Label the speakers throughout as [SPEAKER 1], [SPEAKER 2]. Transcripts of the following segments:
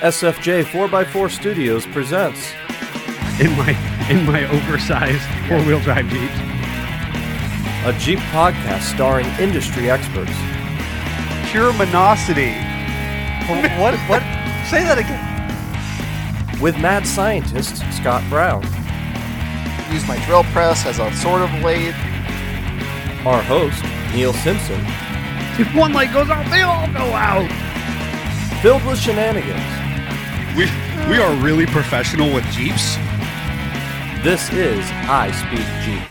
[SPEAKER 1] SFJ 4x4 Studios presents
[SPEAKER 2] in my in my oversized four wheel drive Jeep.
[SPEAKER 1] a Jeep podcast starring industry experts.
[SPEAKER 3] pure monosity. what? What? Say that again.
[SPEAKER 1] With mad scientist Scott Brown,
[SPEAKER 4] use my drill press as a sort of lathe.
[SPEAKER 1] our host Neil Simpson,
[SPEAKER 2] If one light goes out, they all go out.
[SPEAKER 1] filled with shenanigans.
[SPEAKER 5] We we are really professional with Jeeps.
[SPEAKER 1] This is I Speak Jeep.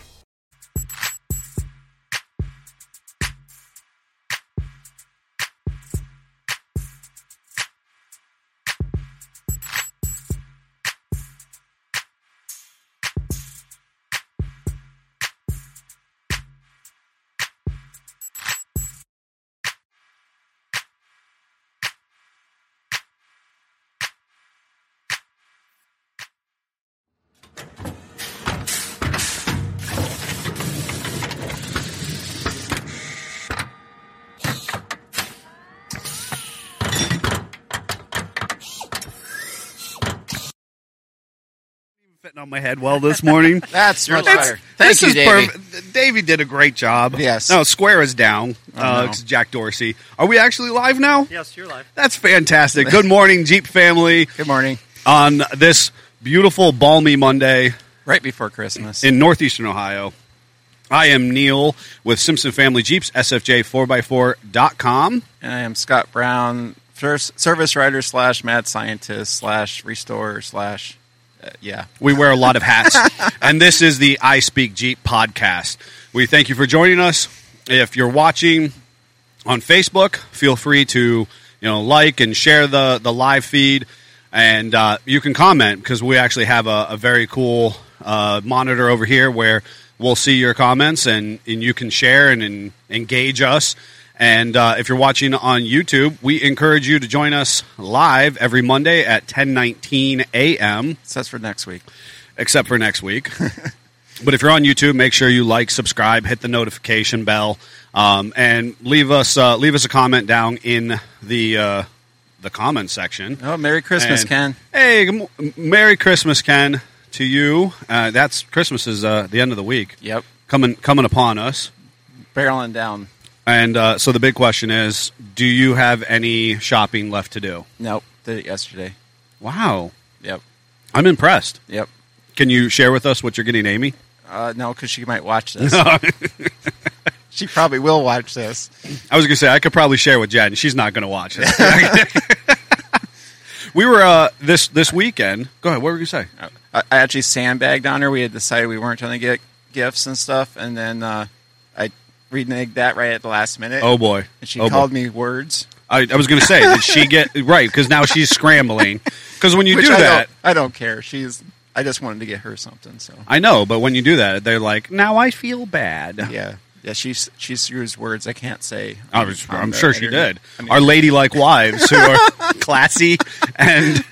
[SPEAKER 5] Fitting on my head well this morning.
[SPEAKER 4] That's much
[SPEAKER 5] It's-
[SPEAKER 4] better. Thank
[SPEAKER 5] this
[SPEAKER 4] you,
[SPEAKER 5] is
[SPEAKER 4] Davey.
[SPEAKER 5] perfect. Davey did a great job.
[SPEAKER 4] Yes.
[SPEAKER 5] No, Square is down. uh,
[SPEAKER 3] no.
[SPEAKER 5] it's Jack Dorsey. Are we actually live now?
[SPEAKER 2] Yes, you're live.
[SPEAKER 5] That's fantastic. Good morning, Jeep family,
[SPEAKER 4] Good morning.
[SPEAKER 5] on this beautiful, balmy Monday
[SPEAKER 3] Right before Christmas.
[SPEAKER 5] in northeastern Ohio. I am Neil with Simpson Family Jeeps, SFJ4x4.com.
[SPEAKER 3] and I am Scott Brown, first service writer slash mad scientist slash restorer slash. Uh, yeah.
[SPEAKER 5] We wear a lot of hats. and this is the I Speak Jeep podcast. We thank you for joining us. If you're watching on Facebook, feel free to you know like and share the, the live feed. And uh, you can comment because we actually have a, a very cool uh, monitor over here where we'll see your comments and, and you can share and, and engage us. And uh, if you're watching on YouTube, we encourage you to join us live every Monday at 10:19 a.m
[SPEAKER 3] So that's for next week.
[SPEAKER 5] except for next week. but if you're on YouTube, make sure you like, subscribe, hit the notification bell, um, and leave us uh, leave us a comment down in the uh, the comment section.
[SPEAKER 3] Oh, Merry Christmas,
[SPEAKER 5] And-
[SPEAKER 3] Ken.
[SPEAKER 5] Hey, good mo- Merry Christmas, Ken, to you. Uh, that's Christmas is uh, the end of the week.
[SPEAKER 3] Yep.
[SPEAKER 5] Coming coming upon us.
[SPEAKER 3] Barreling down.
[SPEAKER 5] And uh, so the big question is, do you have any shopping left to do?
[SPEAKER 3] Nope. Did it yesterday.
[SPEAKER 5] Wow.
[SPEAKER 3] Yep.
[SPEAKER 5] I'm impressed.
[SPEAKER 3] Yep.
[SPEAKER 5] Can you share with us what you're getting Amy?
[SPEAKER 3] Uh, no, because she might watch this. she probably will watch this.
[SPEAKER 5] I was gonna say I could probably share with Jen. She's not gonna watch it. we were uh, this this weekend. Go ahead. What were you gonna say?
[SPEAKER 3] I I actually sandbagged on her. We had decided we weren't going to get gifts and stuff, and then uh, I reneged that right at the last minute.
[SPEAKER 5] Oh boy.
[SPEAKER 3] and she
[SPEAKER 5] oh, boy.
[SPEAKER 3] called me words.
[SPEAKER 5] I, I was gonna say did she get right because now she's scrambling. Because when you
[SPEAKER 3] which
[SPEAKER 5] do
[SPEAKER 3] I
[SPEAKER 5] that,
[SPEAKER 3] Don't, I don't care. She's. I just wanted to get her something. So
[SPEAKER 5] I know. But when you do that, they're like, now I feel bad.
[SPEAKER 3] yeah, yeah. She's she's used words I can't say.
[SPEAKER 5] I was,
[SPEAKER 3] on
[SPEAKER 5] I'm
[SPEAKER 3] the
[SPEAKER 5] sure she
[SPEAKER 3] internet.
[SPEAKER 5] did.
[SPEAKER 3] I mean,
[SPEAKER 5] Our ladylike wives who are classy and,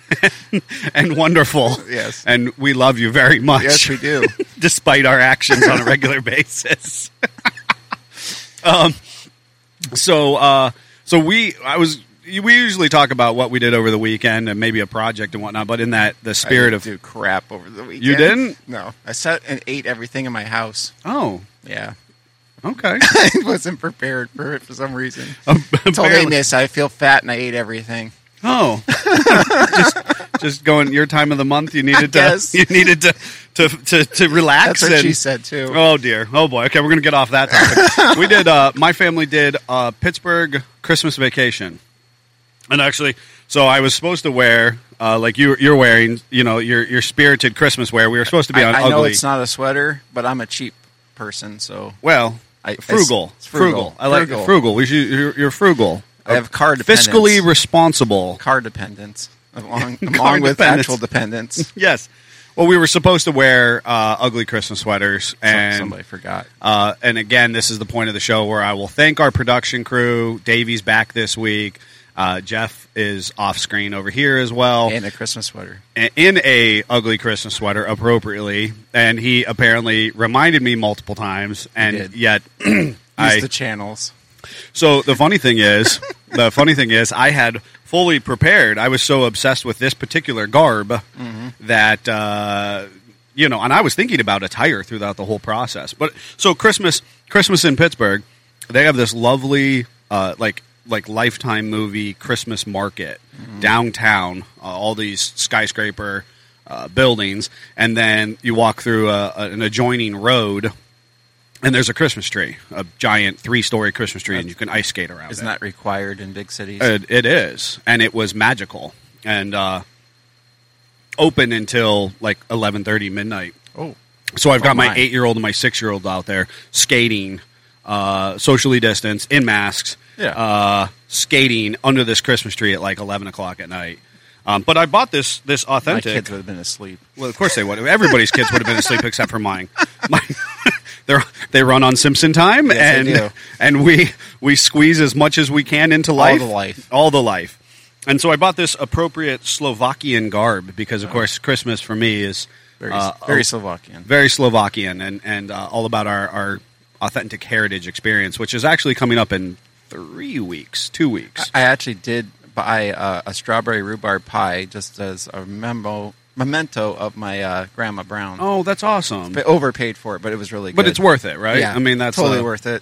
[SPEAKER 5] and and wonderful.
[SPEAKER 3] Yes.
[SPEAKER 5] and we love you very much.
[SPEAKER 3] yes, we do.
[SPEAKER 5] despite our actions on a regular basis. um, so, uh, so we, I was, we usually talk about what we did over the weekend and maybe a project and whatnot, but in that, the
[SPEAKER 3] I
[SPEAKER 5] spirit
[SPEAKER 3] didn't
[SPEAKER 5] of,
[SPEAKER 3] do crap over the weekend.
[SPEAKER 5] didn't?
[SPEAKER 3] No, I sat and ate everything in my house.
[SPEAKER 5] oh,
[SPEAKER 3] Yeah,
[SPEAKER 5] okay. Um,
[SPEAKER 3] I wasn't prepared for it for some reason. I told
[SPEAKER 5] Uh, Apparently-
[SPEAKER 3] Amy I said, I feel fat and I ate everything.
[SPEAKER 5] Oh, just, just going your time of the month. You needed to,
[SPEAKER 3] guess.
[SPEAKER 5] you needed to, to, to, to relax.
[SPEAKER 3] That's what
[SPEAKER 5] and,
[SPEAKER 3] she said too.
[SPEAKER 5] Oh dear. Oh boy. Okay, we're gonna get off that topic. we did. Uh, my family did uh, Pittsburgh Christmas vacation, and actually, so I was supposed to wear uh, like you, you're wearing, you know, your your spirited Christmas wear. We were supposed to be
[SPEAKER 3] I,
[SPEAKER 5] on
[SPEAKER 3] I
[SPEAKER 5] ugly.
[SPEAKER 3] know it's not a sweater, but I'm a cheap person, so
[SPEAKER 5] well,
[SPEAKER 3] I- I s-
[SPEAKER 5] frugal,
[SPEAKER 3] it's
[SPEAKER 5] frugal.
[SPEAKER 3] frugal.
[SPEAKER 5] I like
[SPEAKER 3] Frugal.
[SPEAKER 5] frugal. We should, you're, you're frugal.
[SPEAKER 3] I have car dependence.
[SPEAKER 5] Fiscally responsible.
[SPEAKER 3] car dependence along,
[SPEAKER 5] Car
[SPEAKER 3] along with
[SPEAKER 5] dependence.
[SPEAKER 3] actual dependence.
[SPEAKER 5] Yes. Well, we were supposed to wear uh, ugly Christmas sweaters, and
[SPEAKER 3] Somebody forgot.
[SPEAKER 5] Uh, and again, this is the point of the show where I will thank our production crew. Davey's back this week. Uh, Jeff is off screen over here as well,
[SPEAKER 3] And a Christmas sweater.
[SPEAKER 5] a- in a ugly Christmas sweater, appropriately. And he apparently reminded me multiple times, and
[SPEAKER 3] did.
[SPEAKER 5] yet
[SPEAKER 3] Use
[SPEAKER 5] I.
[SPEAKER 3] the channels.
[SPEAKER 5] so the funny thing is, the funny thing is, I had fully prepared. I was so obsessed with this particular garb that uh, you know, and I was thinking about attire throughout the whole process. But so Christmas, Christmas in Pittsburgh, they have this lovely uh, like like lifetime movie Christmas market downtown. Uh, all these skyscraper uh, buildings, and then you walk through a, a- an adjoining road. And there's a Christmas tree, a giant three-story Christmas tree, and you can ice skate around.
[SPEAKER 3] Isn't
[SPEAKER 5] it. Uh,
[SPEAKER 3] that required in big cities?
[SPEAKER 5] It, it is, and it was magical, and uh, open until like eleven thirty midnight.
[SPEAKER 3] oh,
[SPEAKER 5] So I've got
[SPEAKER 3] Oh,
[SPEAKER 5] my
[SPEAKER 3] my.
[SPEAKER 5] eight year old and my six year old out there skating, uh, socially distanced, in masks,
[SPEAKER 3] Yeah.
[SPEAKER 5] uh, skating under this Christmas tree at like eleven o'clock at night. Um, but I bought this this
[SPEAKER 3] my
[SPEAKER 5] authentic.
[SPEAKER 3] kids would have been asleep.
[SPEAKER 5] Well, of course they would. Everybody's kids would have been asleep except for mine. mine they're, they run on Simpson time,
[SPEAKER 4] Yes, they
[SPEAKER 5] and
[SPEAKER 4] do.
[SPEAKER 5] and we we squeeze as much as we can into life,
[SPEAKER 3] the life.
[SPEAKER 5] all the life. And so I bought this appropriate Slovakian garb because, of course, Christmas for me is
[SPEAKER 3] Uh-huh. Very,
[SPEAKER 5] uh,
[SPEAKER 3] very
[SPEAKER 5] a-
[SPEAKER 3] Slovakian.
[SPEAKER 5] very Slovakian, and and uh, all about our our authentic heritage experience, which is actually coming up in three weeks, two weeks.
[SPEAKER 3] I actually did buy uh, a strawberry rhubarb pie just as a memo, memento of my uh, grandma Brown.
[SPEAKER 5] oh, that's awesome!
[SPEAKER 3] But overpaid for it, but it was really good.
[SPEAKER 5] But it's worth it, right?
[SPEAKER 3] Yeah,
[SPEAKER 5] I mean, that's
[SPEAKER 3] totally
[SPEAKER 5] uh,
[SPEAKER 3] worth it.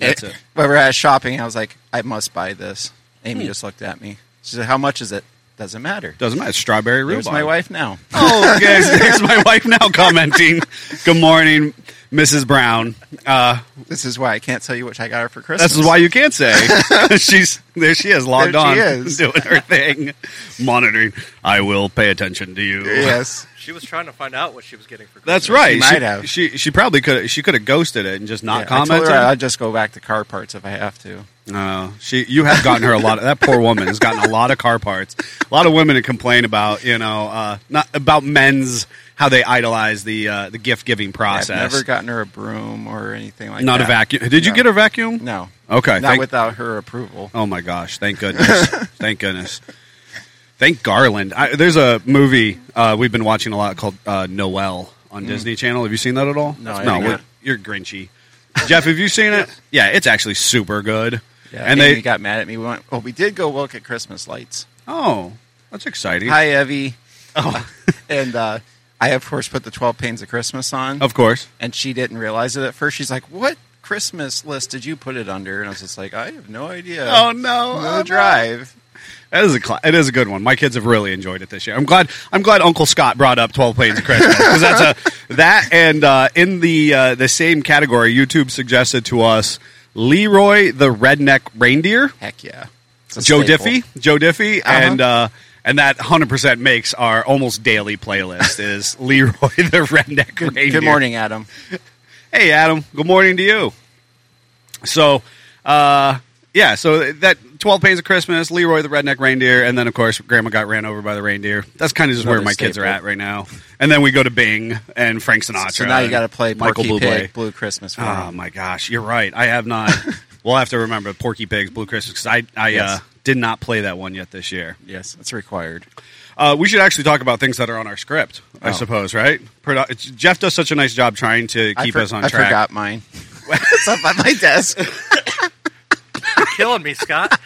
[SPEAKER 5] that's it.
[SPEAKER 3] When we were at shopping, I was like, I must buy this. Amy just looked at me. She said, How much is it? Doesn't matter.
[SPEAKER 5] Hmm. Doesn't matter. Strawberry rhubarb.
[SPEAKER 3] Here's my wife now.
[SPEAKER 5] Oh, okay. There's my wife now commenting. Good morning, Mrs. Brown. Uh,
[SPEAKER 3] This is why I can't tell you which I got her for Christmas.
[SPEAKER 5] this is why you can't say she's there. She is logged
[SPEAKER 3] There
[SPEAKER 5] on,
[SPEAKER 3] she is.
[SPEAKER 5] doing her thing, monitoring. I will pay attention to you.
[SPEAKER 3] Yes.
[SPEAKER 1] She was trying to find out what she was getting for Christmas.
[SPEAKER 5] That's right.
[SPEAKER 3] She might have.
[SPEAKER 5] She she probably could she could have ghosted it and just not
[SPEAKER 3] Yeah, I told her
[SPEAKER 5] commented.
[SPEAKER 3] I'd just go back to car parts if I have to.
[SPEAKER 5] No, she. You have gotten her a lot. Of, that poor woman has gotten a lot of car parts. A lot of women to complain about, you know, uh, not about men's how they idolize the uh, the gift giving process.
[SPEAKER 3] I've never gotten her a broom or anything like
[SPEAKER 5] not
[SPEAKER 3] that.
[SPEAKER 5] a vacuum. Did you
[SPEAKER 3] No.
[SPEAKER 5] get her vacuum?
[SPEAKER 3] No.
[SPEAKER 5] Okay.
[SPEAKER 3] Not
[SPEAKER 5] thank-
[SPEAKER 3] without her approval.
[SPEAKER 5] Oh my gosh! Thank goodness! thank goodness! Thank Garland. I, there's a movie uh, we've been watching a lot called uh, Noel on Disney Channel. Have you seen that at all?
[SPEAKER 3] Mm. No, I
[SPEAKER 5] no.
[SPEAKER 3] have
[SPEAKER 5] we-
[SPEAKER 3] not.
[SPEAKER 5] You're Grinchy. Jeff, have you seen it? Yeah, it's actually super good.
[SPEAKER 3] Yeah,
[SPEAKER 5] and
[SPEAKER 3] Amy
[SPEAKER 5] they
[SPEAKER 3] got mad at me. We went, oh, we did go look at Christmas lights.
[SPEAKER 5] oh, that's exciting.
[SPEAKER 3] Hi, Evie. Oh. and uh, I, of course, put the 12 Pains of Christmas on.
[SPEAKER 5] Of course.
[SPEAKER 3] and she didn't realize it at first. She's like, what Christmas list did you put it under? And I was just like, I have no idea.
[SPEAKER 5] Oh no!
[SPEAKER 3] No drive.
[SPEAKER 5] That is a cla it is a good one. My kids have really enjoyed it this year. I'm glad. I'm glad Uncle Scott brought up Twelve Planes of Christmas because that's a that and uh, in the uh, the same category, YouTube suggested to us Leroy the Redneck Reindeer,
[SPEAKER 3] Heck yeah. It's a
[SPEAKER 5] Joe
[SPEAKER 3] staple.
[SPEAKER 5] Diffie, Joe Diffie,
[SPEAKER 3] Uh-huh.
[SPEAKER 5] and uh, and that 100 percent makes our almost daily playlist is Leroy the Redneck
[SPEAKER 3] Good,
[SPEAKER 5] Reindeer.
[SPEAKER 3] good morning, Adam.
[SPEAKER 5] Hey, Adam. Good morning to you. So, uh, yeah, so that 12 Pains of Christmas, Leroy the Redneck Reindeer, and then, of course, Grandma got ran over by the reindeer. That's kind of just where
[SPEAKER 3] Another
[SPEAKER 5] my kids are
[SPEAKER 3] staple.
[SPEAKER 5] at right now. And then we go to Bing and Frank Sinatra.
[SPEAKER 3] So now you
[SPEAKER 5] and
[SPEAKER 3] got to play
[SPEAKER 5] Michael
[SPEAKER 3] Porky
[SPEAKER 5] Bublé.
[SPEAKER 3] Pig, Blue Christmas. For
[SPEAKER 5] Oh,
[SPEAKER 3] me.
[SPEAKER 5] my gosh. You're right. I have not. we'll have to remember Porky Pig's Blue Christmas because I, I uh,
[SPEAKER 3] Yes.
[SPEAKER 5] did not play that one yet this year.
[SPEAKER 3] Yes, it's required.
[SPEAKER 5] Uh, we should actually talk about things that are on our script, I
[SPEAKER 3] Oh.
[SPEAKER 5] suppose, right? Produ- Jeff does such a nice job trying to
[SPEAKER 3] I
[SPEAKER 5] keep
[SPEAKER 3] for-
[SPEAKER 5] us on
[SPEAKER 3] I
[SPEAKER 5] track.
[SPEAKER 3] forgot mine. it's up on my desk.
[SPEAKER 1] Killing me, Scott.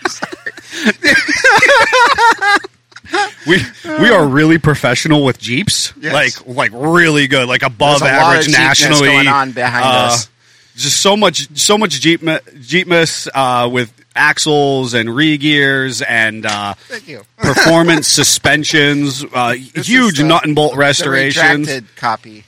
[SPEAKER 5] we we are really professional with jeeps,
[SPEAKER 3] Um, Yes.
[SPEAKER 5] like like really good, like above
[SPEAKER 3] There's a lot
[SPEAKER 5] average
[SPEAKER 3] of Jeepness
[SPEAKER 5] nationally. Uh,
[SPEAKER 3] going on behind us.
[SPEAKER 5] just so much so much jeep jeepness uh, with axles and regears and uh,
[SPEAKER 4] Thank you.
[SPEAKER 5] performance suspensions, uh,
[SPEAKER 4] This
[SPEAKER 5] huge
[SPEAKER 4] is, uh,
[SPEAKER 5] nut and bolt
[SPEAKER 4] The
[SPEAKER 5] restorations.
[SPEAKER 4] retracted copy.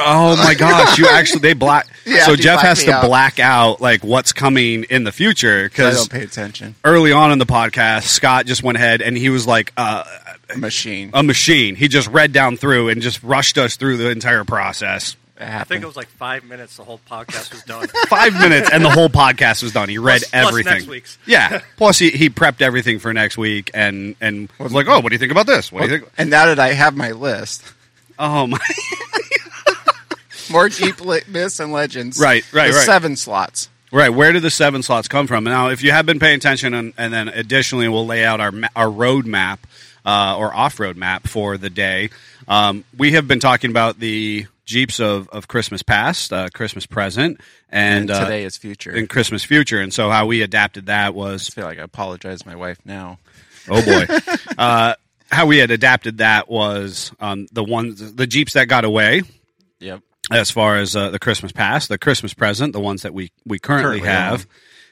[SPEAKER 5] Oh my gosh, you actually they black.
[SPEAKER 4] Yeah,
[SPEAKER 5] so
[SPEAKER 4] they
[SPEAKER 5] Jeff
[SPEAKER 4] black
[SPEAKER 5] has
[SPEAKER 4] me
[SPEAKER 5] to
[SPEAKER 4] out.
[SPEAKER 5] black out like what's coming in the future
[SPEAKER 3] I
[SPEAKER 5] because
[SPEAKER 3] don't pay attention.
[SPEAKER 5] early on in the podcast, Scott just went ahead and he was like. Uh,
[SPEAKER 3] Machine.
[SPEAKER 5] a machine. He just read down through and just rushed us through the entire process.
[SPEAKER 3] It
[SPEAKER 1] I think
[SPEAKER 3] happened.
[SPEAKER 1] it was like five minutes. The whole podcast was done.
[SPEAKER 5] Five minutes and the whole podcast was done. He read
[SPEAKER 1] Plus- plus
[SPEAKER 5] everything.
[SPEAKER 1] next week's.
[SPEAKER 5] Yeah. Plus he, he prepped everything for next week and and was like, oh, what do you think about this? What do you think?
[SPEAKER 3] and now that I have my list,
[SPEAKER 5] Oh my!
[SPEAKER 3] more deep li- myths and legends.
[SPEAKER 5] Right, right,
[SPEAKER 3] There's
[SPEAKER 5] right.
[SPEAKER 3] Seven slots.
[SPEAKER 5] Right. Where did the seven slots come from? Now, if you have been paying attention, and, and then additionally, we'll lay out our ma- our road map uh, or off road map for the day. Um, we have been talking about the jeeps of, of Christmas past, uh, Christmas present, and,
[SPEAKER 3] And,
[SPEAKER 5] uh,
[SPEAKER 3] today is future.
[SPEAKER 5] in Christmas Future, and so how we adapted that
[SPEAKER 3] I
[SPEAKER 5] was
[SPEAKER 3] feel like I apologize to my wife now.
[SPEAKER 5] Oh boy. uh, how we had adapted that was um, the ones the Jeeps that got away
[SPEAKER 3] Yep.
[SPEAKER 5] as far as uh, the Christmas past, the Christmas present, the ones that we we currently,
[SPEAKER 3] Currently
[SPEAKER 5] have,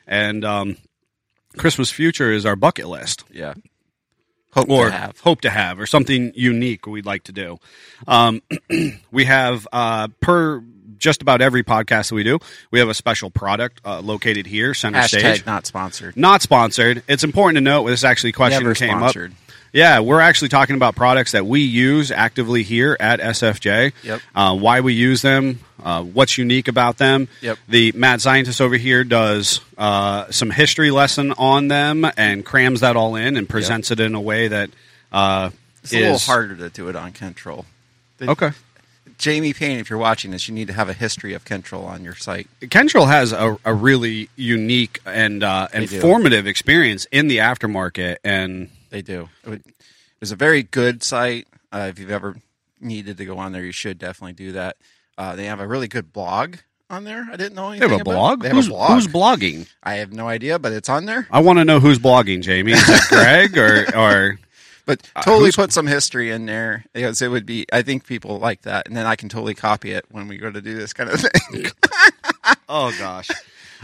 [SPEAKER 5] and um, Christmas future is our bucket list
[SPEAKER 3] Yeah. Hope
[SPEAKER 5] or
[SPEAKER 3] to have.
[SPEAKER 5] hope to have or something unique we'd like to do. Um, we have uh, per just about every podcast that we do, we have a special product uh, located here, center
[SPEAKER 3] Hashtag
[SPEAKER 5] stage.
[SPEAKER 3] not sponsored.
[SPEAKER 5] Not sponsored. It's important to note this actually question
[SPEAKER 3] Never
[SPEAKER 5] came
[SPEAKER 3] sponsored.
[SPEAKER 5] up. Yeah, we're actually talking about products that we use actively here at SFJ.
[SPEAKER 3] Yep.
[SPEAKER 5] Uh, why we use them, uh, what's unique about them.
[SPEAKER 3] Yep.
[SPEAKER 5] The mad scientist over here does uh, some history lesson on them and crams that all in and presents it in a way that uh,
[SPEAKER 3] It's
[SPEAKER 5] is
[SPEAKER 3] a little harder to do it on control. The-
[SPEAKER 5] Okay.
[SPEAKER 3] Jamie Payne, if you're watching this, you need to have a history of control on your site.
[SPEAKER 5] Kendrell has a, a really unique and uh, and
[SPEAKER 3] do.
[SPEAKER 5] formative experience in the aftermarket, and
[SPEAKER 3] They do. It, would, it was a very good site. Uh, if you've ever needed to go on there, you should definitely do that. Uh, they have a really good blog on there. I didn't know
[SPEAKER 5] they
[SPEAKER 3] anything.
[SPEAKER 5] have a
[SPEAKER 3] about it.
[SPEAKER 5] blog.
[SPEAKER 3] They have
[SPEAKER 5] who's,
[SPEAKER 3] a blog.
[SPEAKER 5] who's blogging?
[SPEAKER 3] I have no idea, but it's on there.
[SPEAKER 5] I want to know who's blogging, Jamie. Is it Greg or or
[SPEAKER 3] But
[SPEAKER 5] uh,
[SPEAKER 3] totally put some history in there because it would be. I think people like that, and then I can totally copy it when we go to do this kind of thing.
[SPEAKER 5] oh gosh.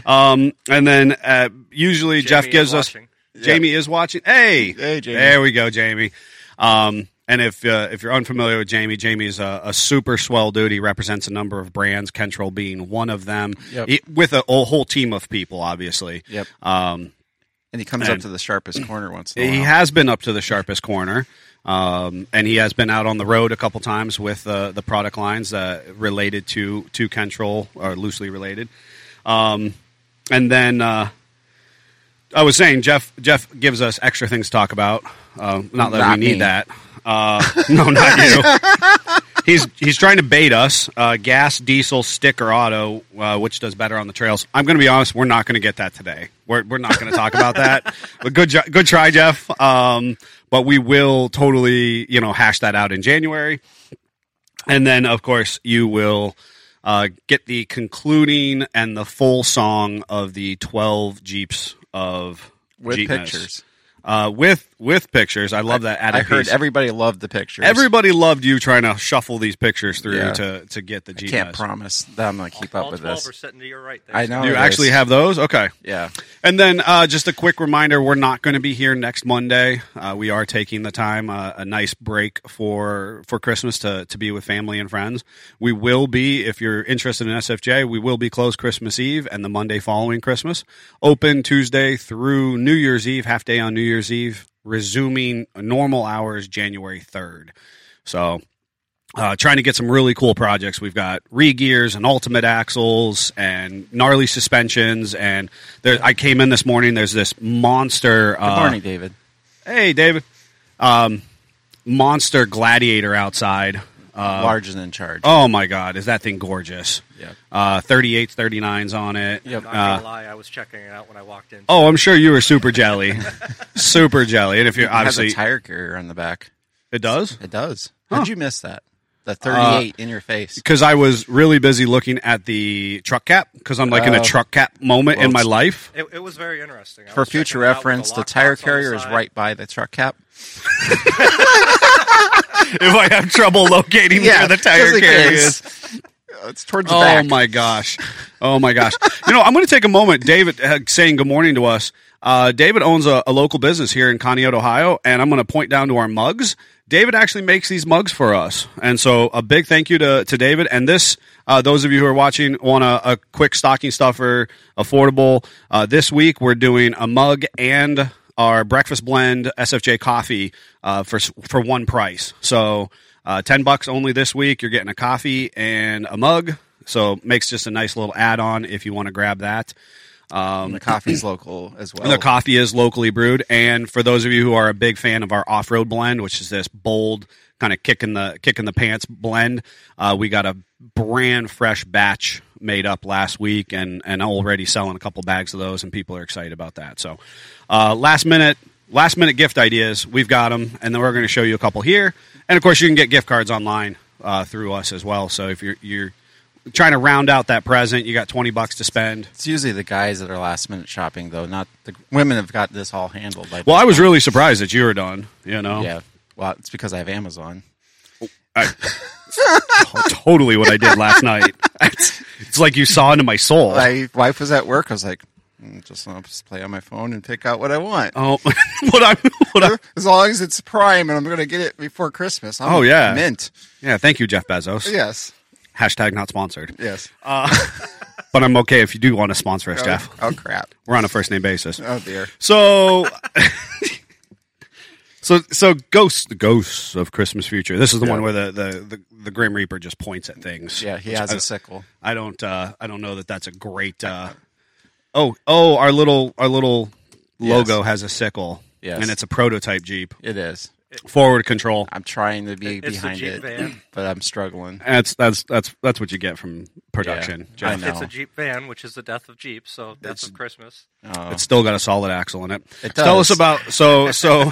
[SPEAKER 5] Um, and then uh, usually Jeff
[SPEAKER 6] Jamie
[SPEAKER 5] gives
[SPEAKER 6] is
[SPEAKER 5] us
[SPEAKER 6] watching.
[SPEAKER 5] Jamie is watching. Hey,
[SPEAKER 3] Hey, Jamie.
[SPEAKER 5] there we go, Jamie. Um, and if uh, if you're unfamiliar with Jamie, Jamie's a, a super swell dude. He represents a number of brands, Kentrell being one of them,
[SPEAKER 3] Yep.
[SPEAKER 5] He- with a, a whole team of people, obviously.
[SPEAKER 3] Yep.
[SPEAKER 5] Um,
[SPEAKER 3] and he comes
[SPEAKER 5] And-
[SPEAKER 3] up to the sharpest corner once in a
[SPEAKER 5] he
[SPEAKER 3] while.
[SPEAKER 5] has been up to the sharpest corner, um, and he has been out on the road a couple times with uh, the product lines uh, related to to Kentrell or loosely related. Um, and then uh, I was saying Jeff Jeff gives us extra things to talk about. Uh, not that
[SPEAKER 3] Not
[SPEAKER 5] we need
[SPEAKER 3] me.
[SPEAKER 5] that. Uh, no, not you. He's he's trying to bait us. Uh, gas, diesel, stick, or auto, uh, which does better on the trails? I'm going to be honest. We're not going to get that today. We're, we're not going to talk about that. But good jo- good try, Jeff. Um, but we will totally you know hash that out in January. And then, of course, you will uh, get the concluding and the full song of the 12 Jeeps of
[SPEAKER 3] with
[SPEAKER 5] Jeepness.
[SPEAKER 3] pictures.
[SPEAKER 5] Uh, with with pictures. I love that. added
[SPEAKER 3] I heard
[SPEAKER 5] piece.
[SPEAKER 3] everybody loved the pictures.
[SPEAKER 5] Everybody loved you trying to shuffle these pictures through
[SPEAKER 3] Yeah.
[SPEAKER 5] to, to get the Jeepness.
[SPEAKER 3] can't promise that I'm going to keep
[SPEAKER 6] All
[SPEAKER 3] up with
[SPEAKER 6] 12
[SPEAKER 3] this.
[SPEAKER 6] are sitting to your right. There,
[SPEAKER 3] I
[SPEAKER 6] so
[SPEAKER 3] know
[SPEAKER 5] You
[SPEAKER 3] it
[SPEAKER 5] actually
[SPEAKER 3] is.
[SPEAKER 5] have those? Okay.
[SPEAKER 3] yeah.
[SPEAKER 5] And then uh, just a quick reminder we're not going to be here next Monday. Uh, we are taking the time, uh, a nice break for, for Christmas to, to be with family and friends. We will be, if you're interested in SFJ, we will be closed Christmas Eve and the Monday following Christmas. Open Tuesday through New Year's Eve, half day on New Year's Eve, resuming normal hours January 3rd. So uh, trying to get some really cool projects. We've got regears and ultimate axles and gnarly suspensions. And there, I came in this morning. There's this monster.
[SPEAKER 3] Good
[SPEAKER 5] uh,
[SPEAKER 3] morning, David.
[SPEAKER 5] Hey, David. Um, monster gladiator outside. Uh,
[SPEAKER 3] Large and in charge.
[SPEAKER 5] oh my God, is that thing gorgeous?
[SPEAKER 3] Yep.
[SPEAKER 5] Uh, 38s, 39s on it.
[SPEAKER 3] Yep.
[SPEAKER 6] I'm not
[SPEAKER 5] Uh,
[SPEAKER 6] gonna lie, I was checking it out when I walked in.
[SPEAKER 5] oh, I'm sure you were super jelly, super jelly. And if you're
[SPEAKER 3] it
[SPEAKER 5] obviously,
[SPEAKER 3] has a tire carrier on the back.
[SPEAKER 5] it does.
[SPEAKER 3] It does. How'd you miss that?
[SPEAKER 5] Uh,
[SPEAKER 3] The 38 in your face.
[SPEAKER 5] because I was really busy looking at the truck cap because I'm like in a
[SPEAKER 3] Oh.
[SPEAKER 5] truck cap moment in my
[SPEAKER 3] it's-
[SPEAKER 5] life.
[SPEAKER 6] It, it was very interesting. I
[SPEAKER 3] For
[SPEAKER 6] was checking
[SPEAKER 3] future
[SPEAKER 6] it out with
[SPEAKER 3] reference, the
[SPEAKER 6] lock
[SPEAKER 3] tire
[SPEAKER 6] box on the
[SPEAKER 3] carrier is
[SPEAKER 6] side.
[SPEAKER 3] right by the truck cap.
[SPEAKER 5] if I have trouble locating where the tire
[SPEAKER 3] just in
[SPEAKER 5] carrier
[SPEAKER 3] case.
[SPEAKER 5] is.
[SPEAKER 3] It's towards the
[SPEAKER 5] Oh
[SPEAKER 3] back.
[SPEAKER 5] my gosh. Oh my gosh. You know, I'm going to take a moment. David uh, saying good morning to us. Uh, David owns a, a local business here in Conneaut, Ohio, and I'm going to point down to our mugs. David actually makes these mugs for us, and so a big thank you to, to David. And this, uh, those of you who are watching, want a, a quick stocking stuffer, affordable. Uh, this week we're doing a mug and our breakfast blend SFJ coffee uh, for s- for one price. So uh, ten bucks only this week. You're getting a coffee and a mug. So makes just a nice little add on if you want to grab that.
[SPEAKER 3] And Um, the coffee's local as well.
[SPEAKER 5] And the coffee is locally brewed. And for those of you who are a big fan of our off road blend, which is this bold kind of kick in the kick in the pants blend, uh, we got a brand fresh batch made up last week, and and already selling a couple bags of those, and people are excited about that. So, uh, last minute. Last minute gift ideas, we've got them, and then we're going to show you a couple here. And of course, you can get gift cards online uh, through us as well. So if you're, you're trying to round out that present. You got twenty bucks to spend.
[SPEAKER 3] It's usually the guys that are last minute shopping, though. Not the women have got this all handled. By
[SPEAKER 5] Well, I was really surprised that you were done. You know,
[SPEAKER 3] yeah. Well, it's because I have Amazon.
[SPEAKER 5] totally what I did last night. It's, it's like you saw into my soul.
[SPEAKER 3] My wife was at work. I was like, "Mm, just I'll just play on my phone and pick out what I want.
[SPEAKER 5] oh, what I, what I,
[SPEAKER 3] As long as it's Prime and I'm going to get it before Christmas. I'm
[SPEAKER 5] Oh, yeah.
[SPEAKER 3] mint.
[SPEAKER 5] yeah. Thank you, Jeff Bezos.
[SPEAKER 3] Yes,
[SPEAKER 5] Hashtag not sponsored,
[SPEAKER 3] yes.
[SPEAKER 5] but I'm okay if you do want to sponsor us, Jeff.
[SPEAKER 3] Oh, oh crap.
[SPEAKER 5] We're on a first name basis.
[SPEAKER 3] Oh dear.
[SPEAKER 5] So, so, so, ghosts, the ghosts of Christmas future. This is the one where the, the the the Grim Reaper just points at things.
[SPEAKER 3] Yeah, he
[SPEAKER 5] Which
[SPEAKER 3] has
[SPEAKER 5] I,
[SPEAKER 3] a sickle.
[SPEAKER 5] I don't. Uh, I don't know that that's a great. Uh, oh, oh, our little our little logo
[SPEAKER 3] Yes.
[SPEAKER 5] has a sickle.
[SPEAKER 3] Yes.
[SPEAKER 5] and it's a prototype Jeep.
[SPEAKER 3] It is.
[SPEAKER 5] Forward control.
[SPEAKER 3] I'm trying to be
[SPEAKER 6] It's the
[SPEAKER 3] behind
[SPEAKER 6] Jeep
[SPEAKER 3] it,
[SPEAKER 6] van.
[SPEAKER 3] but I'm struggling.
[SPEAKER 5] That's that's that's that's what you get from production.
[SPEAKER 3] Yeah. I
[SPEAKER 6] It's
[SPEAKER 3] know.
[SPEAKER 6] a Jeep van, which is the death of Jeep, so death of Christmas.
[SPEAKER 3] Oh.
[SPEAKER 5] It's still got a solid axle in it.
[SPEAKER 3] It
[SPEAKER 5] Tell us
[SPEAKER 3] does.
[SPEAKER 5] about so so.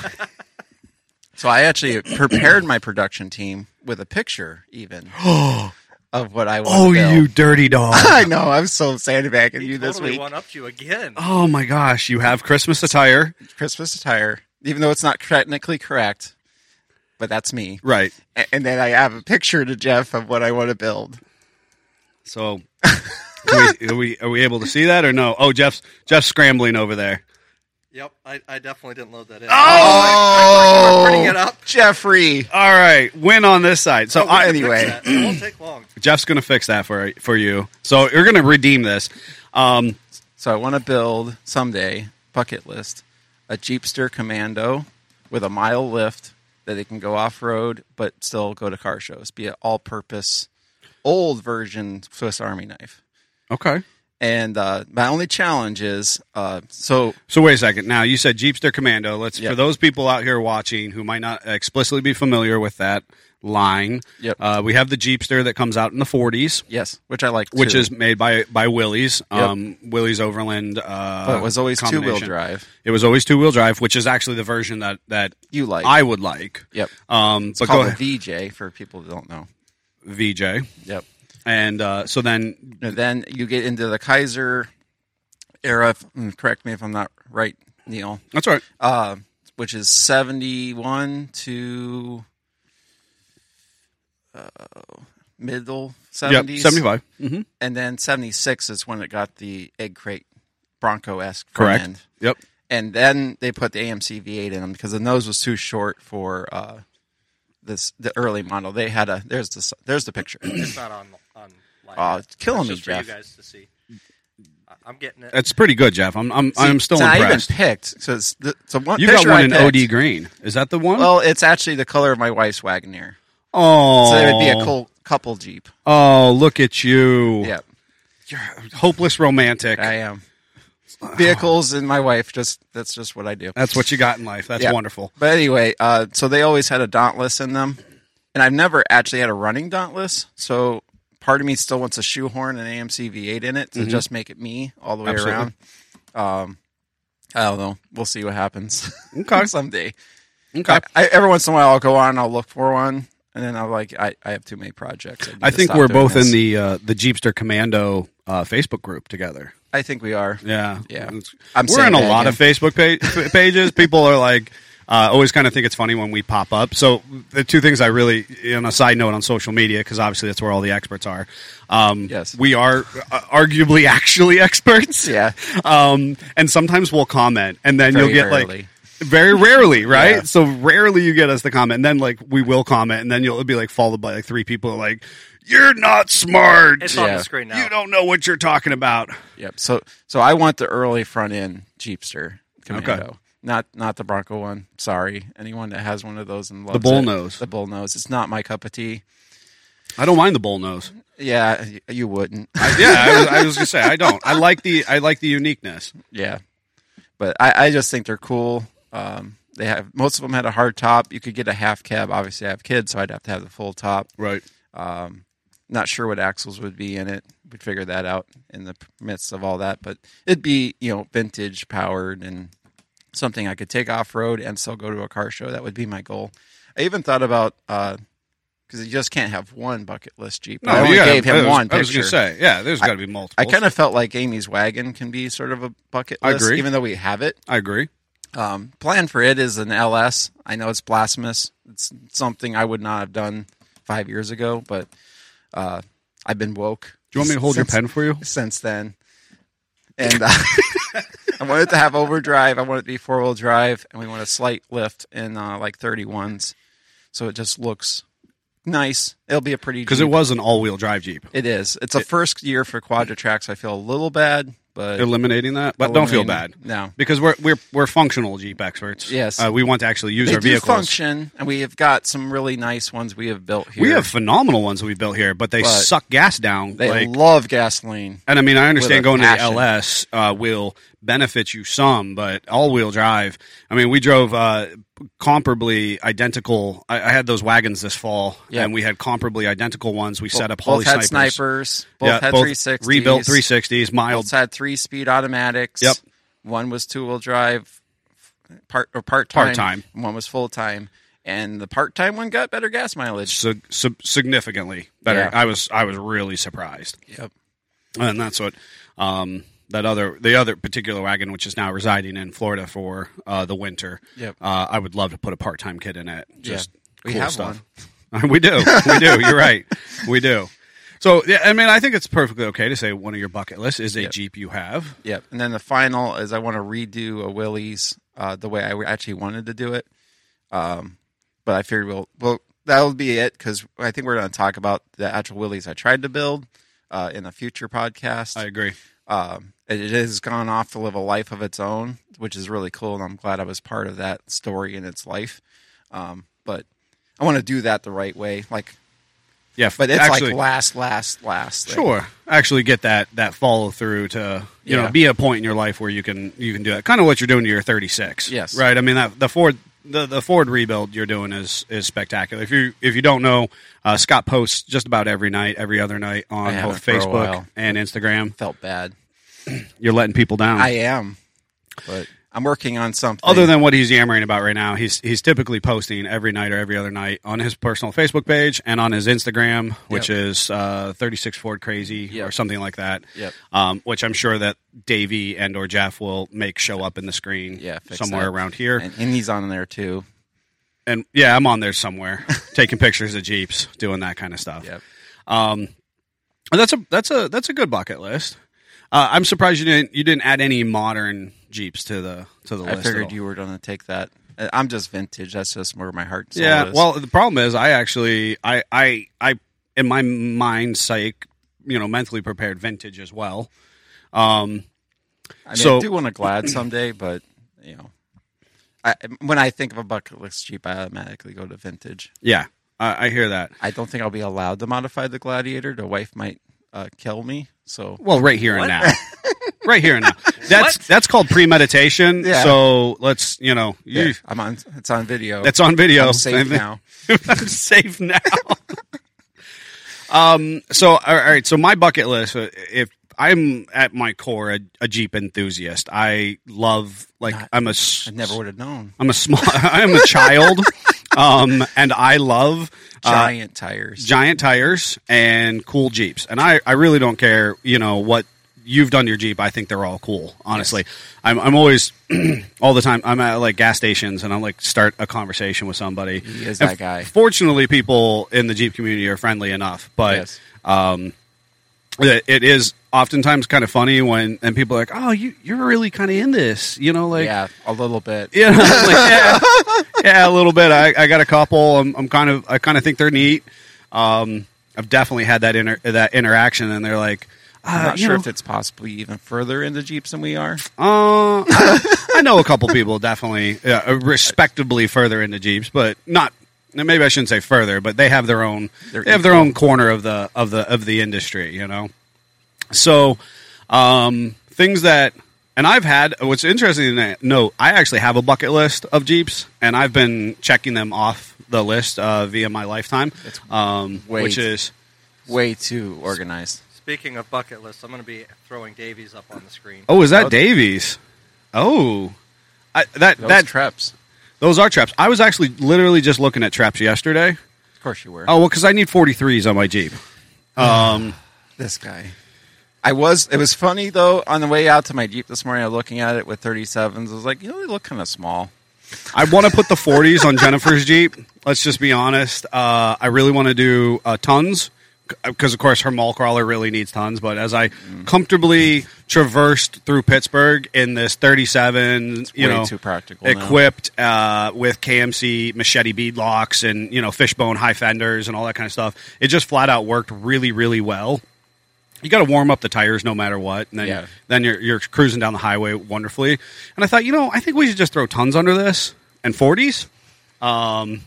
[SPEAKER 3] So I actually prepared my production team with a picture, even of what I want.
[SPEAKER 5] oh, you dirty dog.
[SPEAKER 3] I know. I'm so sandbagging you this
[SPEAKER 6] totally
[SPEAKER 3] week.
[SPEAKER 6] one upped you again.
[SPEAKER 5] Oh my gosh, you have Christmas attire.
[SPEAKER 3] Christmas attire, even though it's not technically correct, but that's me.
[SPEAKER 5] Right.
[SPEAKER 3] A- And then I have a picture to Jeff of what I want to build.
[SPEAKER 5] So can we, are we are we able to see that or no? Oh, Jeff's Jeff's scrambling over there.
[SPEAKER 6] Yep, I, I definitely didn't load that in.
[SPEAKER 3] Oh,
[SPEAKER 6] printing it up.
[SPEAKER 3] Jeffrey.
[SPEAKER 5] All right, win on this side. So I,
[SPEAKER 3] Oh, anyway.
[SPEAKER 6] Fix that. It won't take long.
[SPEAKER 5] Jeff's going to fix that for for you. So you're going to redeem this. Um,
[SPEAKER 3] So I want to build someday bucket list a Jeepster Commando with a mile lift that they can go off road but still go to car shows. Be an all purpose old version Swiss Army knife.
[SPEAKER 5] okay.
[SPEAKER 3] And uh, my only challenge is uh, so
[SPEAKER 5] So wait a second. Now you said Jeepster Commando. Let's
[SPEAKER 3] Yep.
[SPEAKER 5] for those people out here watching who might not explicitly be familiar with that line.
[SPEAKER 3] Yep.
[SPEAKER 5] Uh, we have the Jeepster that comes out in the 40s,
[SPEAKER 3] yes, which I like,
[SPEAKER 5] which
[SPEAKER 3] too,
[SPEAKER 5] is made by by Willys, um, Willys Overland. Uh,
[SPEAKER 3] but Oh, it was always two wheel
[SPEAKER 5] combination.
[SPEAKER 3] drive.
[SPEAKER 5] It was always two wheel drive, which is actually the version that that
[SPEAKER 3] You like?
[SPEAKER 5] I would like.
[SPEAKER 3] yep.
[SPEAKER 5] Um,
[SPEAKER 3] It's
[SPEAKER 5] but go
[SPEAKER 3] called a
[SPEAKER 5] ahead,
[SPEAKER 3] VJ for people who don't know.
[SPEAKER 5] VJ,
[SPEAKER 3] Yep.
[SPEAKER 5] and uh, so then
[SPEAKER 3] And then you get into the Kaiser era. if- mm, correct me if I'm not right, Neil.
[SPEAKER 5] that's all right.
[SPEAKER 3] uh, which is 71 to uh, middle 70s.
[SPEAKER 5] Yep, seventy five. Mm-hmm.
[SPEAKER 3] And then 76 is when it got the egg crate Bronco esque.
[SPEAKER 5] Correct. Yep.
[SPEAKER 3] And then they put the AMC V8 in them because the nose was too short for uh, this the early model. They had a there's the there's the picture.
[SPEAKER 6] It's not on on.
[SPEAKER 3] Aw, it's killing
[SPEAKER 6] just
[SPEAKER 3] me,
[SPEAKER 6] for
[SPEAKER 3] Jeff.
[SPEAKER 6] you guys to see. I- I'm getting it.
[SPEAKER 5] That's pretty good, Jeff. I'm I'm, I'm still
[SPEAKER 3] See, and
[SPEAKER 5] impressed.
[SPEAKER 3] I even picked so it's the, so one
[SPEAKER 5] You got
[SPEAKER 3] picture
[SPEAKER 5] one
[SPEAKER 3] I
[SPEAKER 5] in
[SPEAKER 3] picked- Oh,
[SPEAKER 5] OD green. Is that the one?
[SPEAKER 3] Well, it's actually the color of my wife's Wagoneer.
[SPEAKER 5] oh,
[SPEAKER 3] So it would be a cou- couple Jeep.
[SPEAKER 5] Oh, look at you.
[SPEAKER 3] Yeah.
[SPEAKER 5] Hopeless romantic.
[SPEAKER 3] I am. Vehicles and my wife just that's just what I do.
[SPEAKER 5] That's what you got in life. That's
[SPEAKER 3] Yeah.
[SPEAKER 5] wonderful.
[SPEAKER 3] But anyway, uh, so they always had a Dauntless in them, and I've never actually had a running Dauntless. So part of me still wants a shoehorn an AMC V8 in it to just make it me all the way
[SPEAKER 5] Mm-hmm. Absolutely.
[SPEAKER 3] around. Um, I don't know. We'll see what happens
[SPEAKER 5] Okay.
[SPEAKER 3] someday.
[SPEAKER 5] Okay.
[SPEAKER 3] I, I, every once in a while, I'll go on, I'll look for one, and then I'm like, I, I have too many projects. need
[SPEAKER 5] I
[SPEAKER 3] to
[SPEAKER 5] think
[SPEAKER 3] stop
[SPEAKER 5] we're
[SPEAKER 3] doing
[SPEAKER 5] both
[SPEAKER 3] this.
[SPEAKER 5] in the uh, the Jeepster Commando uh, Facebook group together.
[SPEAKER 3] I think we are.
[SPEAKER 5] Yeah,
[SPEAKER 3] Yeah.
[SPEAKER 5] It's-
[SPEAKER 3] I'm
[SPEAKER 5] we're in a
[SPEAKER 3] sandbagging.
[SPEAKER 5] lot of Facebook pa- pages. People are like, uh, always kind of think it's funny when we pop up. So the two things I really, on a side note, on social media because obviously that's where all the experts are. Um,
[SPEAKER 3] Yes.
[SPEAKER 5] we are uh, arguably actually experts.
[SPEAKER 3] Yeah.
[SPEAKER 5] um, and sometimes we'll comment, and then
[SPEAKER 3] Very
[SPEAKER 5] you'll get like.
[SPEAKER 3] rarely.
[SPEAKER 5] Very rarely, right?
[SPEAKER 3] Yeah.
[SPEAKER 5] So rarely you get us the comment, and then like we will comment, and then you'll it'll be like followed by like three people like, "You're not smart.
[SPEAKER 6] It's on
[SPEAKER 3] Yeah.
[SPEAKER 6] the screen now.
[SPEAKER 5] You don't know what you're talking about."
[SPEAKER 3] Yep. So so I want the early front end Jeepster Commando.
[SPEAKER 5] Okay.
[SPEAKER 3] Not not the Bronco one. Sorry. Anyone that has one of those and loves
[SPEAKER 5] bull
[SPEAKER 3] it.
[SPEAKER 5] nose.
[SPEAKER 3] The bull nose. It's not my cup of tea.
[SPEAKER 5] I don't mind the bull nose.
[SPEAKER 3] Yeah, y- you wouldn't.
[SPEAKER 5] yeah, I was, I was gonna say I don't. I like the I like the uniqueness.
[SPEAKER 3] yeah. But I, I just think they're cool. Um, they have most of them had a hard top. You could get a half cab. Obviously, I have kids, so I'd have to have the full top.
[SPEAKER 5] Right.
[SPEAKER 3] Not sure what axles would be in it. We'd figure that out in the midst of all that. But it'd be you know vintage powered and something I could take off road and still go to a car show. That would be my goal. I even thought about uh, because you just can't have one bucket list Jeep.
[SPEAKER 5] No,
[SPEAKER 3] I only
[SPEAKER 5] yeah,
[SPEAKER 3] gave him
[SPEAKER 5] I was,
[SPEAKER 3] one
[SPEAKER 5] I was
[SPEAKER 3] picture.
[SPEAKER 5] gonna say, yeah, there's
[SPEAKER 3] I-
[SPEAKER 5] got to be multiple.
[SPEAKER 3] I kind of felt like Amy's wagon can be sort of a bucket
[SPEAKER 5] I
[SPEAKER 3] list,
[SPEAKER 5] agree.
[SPEAKER 3] even though we have it.
[SPEAKER 5] I agree.
[SPEAKER 3] Um, plan for it is an LS. I know it's blasphemous. It's something I would not have done five years ago, but uh, I've been woke.
[SPEAKER 5] Do you want me to hold your
[SPEAKER 3] since-
[SPEAKER 5] pen for you?
[SPEAKER 3] since then. And uh, I want it to have overdrive. I want it to be four wheel drive, and we want a slight lift in uh, like 31s. So it just looks nice. It'll be a pretty
[SPEAKER 5] Because it
[SPEAKER 3] Jeep.
[SPEAKER 5] was an all-wheel drive Jeep.
[SPEAKER 3] It is. It's a first year for Quadratrax. I feel a little bad, but
[SPEAKER 5] Eliminating that, but don't feel bad
[SPEAKER 3] eliminating- No,
[SPEAKER 5] because we're we're we're functional Jeep experts.
[SPEAKER 3] Yes.
[SPEAKER 5] uh, we want to actually use
[SPEAKER 3] they
[SPEAKER 5] our
[SPEAKER 3] do
[SPEAKER 5] vehicles.
[SPEAKER 3] function, and we have got some really nice ones we have built here.
[SPEAKER 5] We have phenomenal ones that we built here, but they
[SPEAKER 3] But
[SPEAKER 5] suck gas down.
[SPEAKER 3] They
[SPEAKER 5] like,
[SPEAKER 3] love gasoline.
[SPEAKER 5] and I mean, I
[SPEAKER 3] with a
[SPEAKER 5] understand going
[SPEAKER 3] passion.
[SPEAKER 5] to the LS uh, will benefit you some, but all-wheel drive. I mean, we drove uh, comparably identical. I, I had those wagons this fall,
[SPEAKER 3] Yeah.
[SPEAKER 5] and we had comparably identical ones. We set up
[SPEAKER 3] both
[SPEAKER 5] Holly
[SPEAKER 3] had
[SPEAKER 5] snipers.
[SPEAKER 3] snipers. Both
[SPEAKER 5] Yeah,
[SPEAKER 3] had
[SPEAKER 5] both
[SPEAKER 3] 360s.
[SPEAKER 5] rebuilt 360s, mild
[SPEAKER 3] Both had three speed automatics.
[SPEAKER 5] Yep.
[SPEAKER 3] One was two wheel drive, part or part time.
[SPEAKER 5] Part-time.
[SPEAKER 3] One was full time, and the part time one got better gas mileage.
[SPEAKER 5] sig- sig- significantly better.
[SPEAKER 3] Yeah.
[SPEAKER 5] I was I was really surprised,
[SPEAKER 3] Yep.
[SPEAKER 5] and that's what um, that other the other particular wagon, which is now residing in Florida for uh, the winter.
[SPEAKER 3] Yep.
[SPEAKER 5] Uh, I would love to put a part time kid in it. Just
[SPEAKER 3] We
[SPEAKER 5] cool
[SPEAKER 3] have
[SPEAKER 5] stuff. we do, we do. You're right, we do. So yeah, I mean, I think it's perfectly okay to say one of your bucket lists is a Jeep you have.
[SPEAKER 3] Yep. And then the final is I want to redo a Willie's uh, the way I actually wanted to do it. Um, but I figured we'll well that'll be it because I think we're going to talk about the actual Willie's I tried to build uh, in a future podcast.
[SPEAKER 5] I agree.
[SPEAKER 3] um, it, it has gone off to live a life of its own, which is really cool, and I'm glad I was part of that story in its life. Um, but I want to do that the right way, like,
[SPEAKER 5] Yeah, f-
[SPEAKER 3] but it's
[SPEAKER 5] actually,
[SPEAKER 3] like last, last, last. thing.
[SPEAKER 5] Sure. Actually get that that follow through to you
[SPEAKER 3] Yeah.
[SPEAKER 5] know be a point in your life where you can you can do that. Kind of what you're doing to your 36.
[SPEAKER 3] Yes.
[SPEAKER 5] Right. I mean that the Ford the, the Ford rebuild you're doing is is spectacular. If you if you don't know, uh, Scott posts just about every night, every other night on
[SPEAKER 3] haven't
[SPEAKER 5] both
[SPEAKER 3] for a
[SPEAKER 5] Facebook
[SPEAKER 3] while.
[SPEAKER 5] and Instagram.
[SPEAKER 3] felt bad.
[SPEAKER 5] You're letting people down.
[SPEAKER 3] I am, but I'm working on something.
[SPEAKER 5] other than what he's yammering about right now, he's he's typically posting every night or every other night on his personal Facebook page and on his Instagram, which is uh, 36 Ford Crazy
[SPEAKER 3] Yep.
[SPEAKER 5] or something like that.
[SPEAKER 3] Yep.
[SPEAKER 5] Um, which I'm sure that Davey and or Jeff will make show up in the screen
[SPEAKER 3] Yeah, fix
[SPEAKER 5] somewhere
[SPEAKER 3] that.
[SPEAKER 5] around here. And,
[SPEAKER 3] and, and he's on there too.
[SPEAKER 5] yeah, I'm on there somewhere taking pictures of Jeeps, doing that kind of stuff.
[SPEAKER 3] Yep.
[SPEAKER 5] Um, and that's a that's a that's a good bucket list. Uh, I'm surprised you didn't you didn't add any modern Jeeps to the to the
[SPEAKER 3] I
[SPEAKER 5] list. at all.
[SPEAKER 3] figured you were going to take that. Uh, I'm just vintage. That's just where my heart.
[SPEAKER 5] yeah well the problem is i actually i i i in my mind psych you know mentally prepared vintage as well um
[SPEAKER 3] I mean, I
[SPEAKER 5] so-
[SPEAKER 3] do want a Glad someday, but you know, I, when I think of a bucket list Jeep, I automatically go to vintage.
[SPEAKER 5] yeah i, I hear that
[SPEAKER 3] I don't think I'll be allowed to modify the Gladiator. The wife might uh, kill me. So
[SPEAKER 5] well right here and now right here and now that's that's called premeditation
[SPEAKER 3] Yeah.
[SPEAKER 5] so let's you know you,
[SPEAKER 3] Yeah, I'm on. It's on video.
[SPEAKER 5] that's on video
[SPEAKER 3] I'm safe now.
[SPEAKER 5] I'm safe now. um. So all all right. So my bucket list. uh, If I'm at my core a, a Jeep enthusiast, I love like
[SPEAKER 3] Not-
[SPEAKER 5] I'm a s-
[SPEAKER 3] I never would have known.
[SPEAKER 5] I'm a small. I'm a child. um. And I love uh,
[SPEAKER 3] Giant tires.
[SPEAKER 5] giant tires and cool Jeeps. And I, I really don't care, you know, what you've done to your Jeep. I think they're all cool, honestly. I'm, I'm always, all the time, I'm at like gas stations and I'll like start a conversation with somebody.
[SPEAKER 3] He is
[SPEAKER 5] And
[SPEAKER 3] that guy.
[SPEAKER 5] Fortunately, people in the Jeep community are friendly enough, but
[SPEAKER 3] Yes.
[SPEAKER 5] um, it, it is oftentimes kind of funny when, and people are like, oh, you, you're really kind of in this, you know, like,
[SPEAKER 3] yeah, a little bit.
[SPEAKER 5] you know, I'm like, yeah, yeah, a little bit. I, I got a couple. I'm, I'm kind of, I kind of think they're neat. Um, I've definitely had that inter- that interaction, and they're like,
[SPEAKER 3] I'm
[SPEAKER 5] uh,
[SPEAKER 3] not
[SPEAKER 5] you
[SPEAKER 3] sure
[SPEAKER 5] know,
[SPEAKER 3] if it's possibly even further into Jeeps than we are.
[SPEAKER 5] uh, I, I know a couple people definitely uh, respectably further into Jeeps, but not. Maybe I shouldn't say further, but they have their own.
[SPEAKER 3] They're
[SPEAKER 5] they have their own corner of the of the of the industry, you know. So, um, things that and I've had. What's interesting to note, I actually have a bucket list of Jeeps, and I've been checking them off the list uh, via my lifetime, um,
[SPEAKER 3] way
[SPEAKER 5] which
[SPEAKER 3] too-
[SPEAKER 5] is
[SPEAKER 3] Uh, Way too organized.
[SPEAKER 6] Speaking of bucket lists, I'm going to be throwing Davies up on the screen.
[SPEAKER 5] oh, is that Davies? Oh, I, that
[SPEAKER 3] Those
[SPEAKER 5] that
[SPEAKER 3] traps.
[SPEAKER 5] Those are traps. I was actually literally just looking at traps yesterday
[SPEAKER 3] Of course you were.
[SPEAKER 5] Oh well, because I need 43s on my Jeep.
[SPEAKER 3] This guy. I was. It was funny though. On the way out to my Jeep this morning, I was looking at it with 37s. I was like, you know, they look kind of small.
[SPEAKER 5] I want to put the 40s on Jennifer's Jeep. Let's just be honest. Uh, I really want to do uh, tons because, of course, her mall crawler really needs tons. But as I comfortably traversed through Pittsburgh in this 37, you
[SPEAKER 3] way
[SPEAKER 5] know,
[SPEAKER 3] too practical now.
[SPEAKER 5] equipped uh, with KMC machete bead locks and you know fishbone high fenders and all that kind of stuff, it just flat out worked really, really well. You got to warm up the tires no matter what, and then
[SPEAKER 3] Yeah.
[SPEAKER 5] then you're, you're cruising down the highway wonderfully. And I thought, you know, I think we should just throw tons under this and 40s. Um,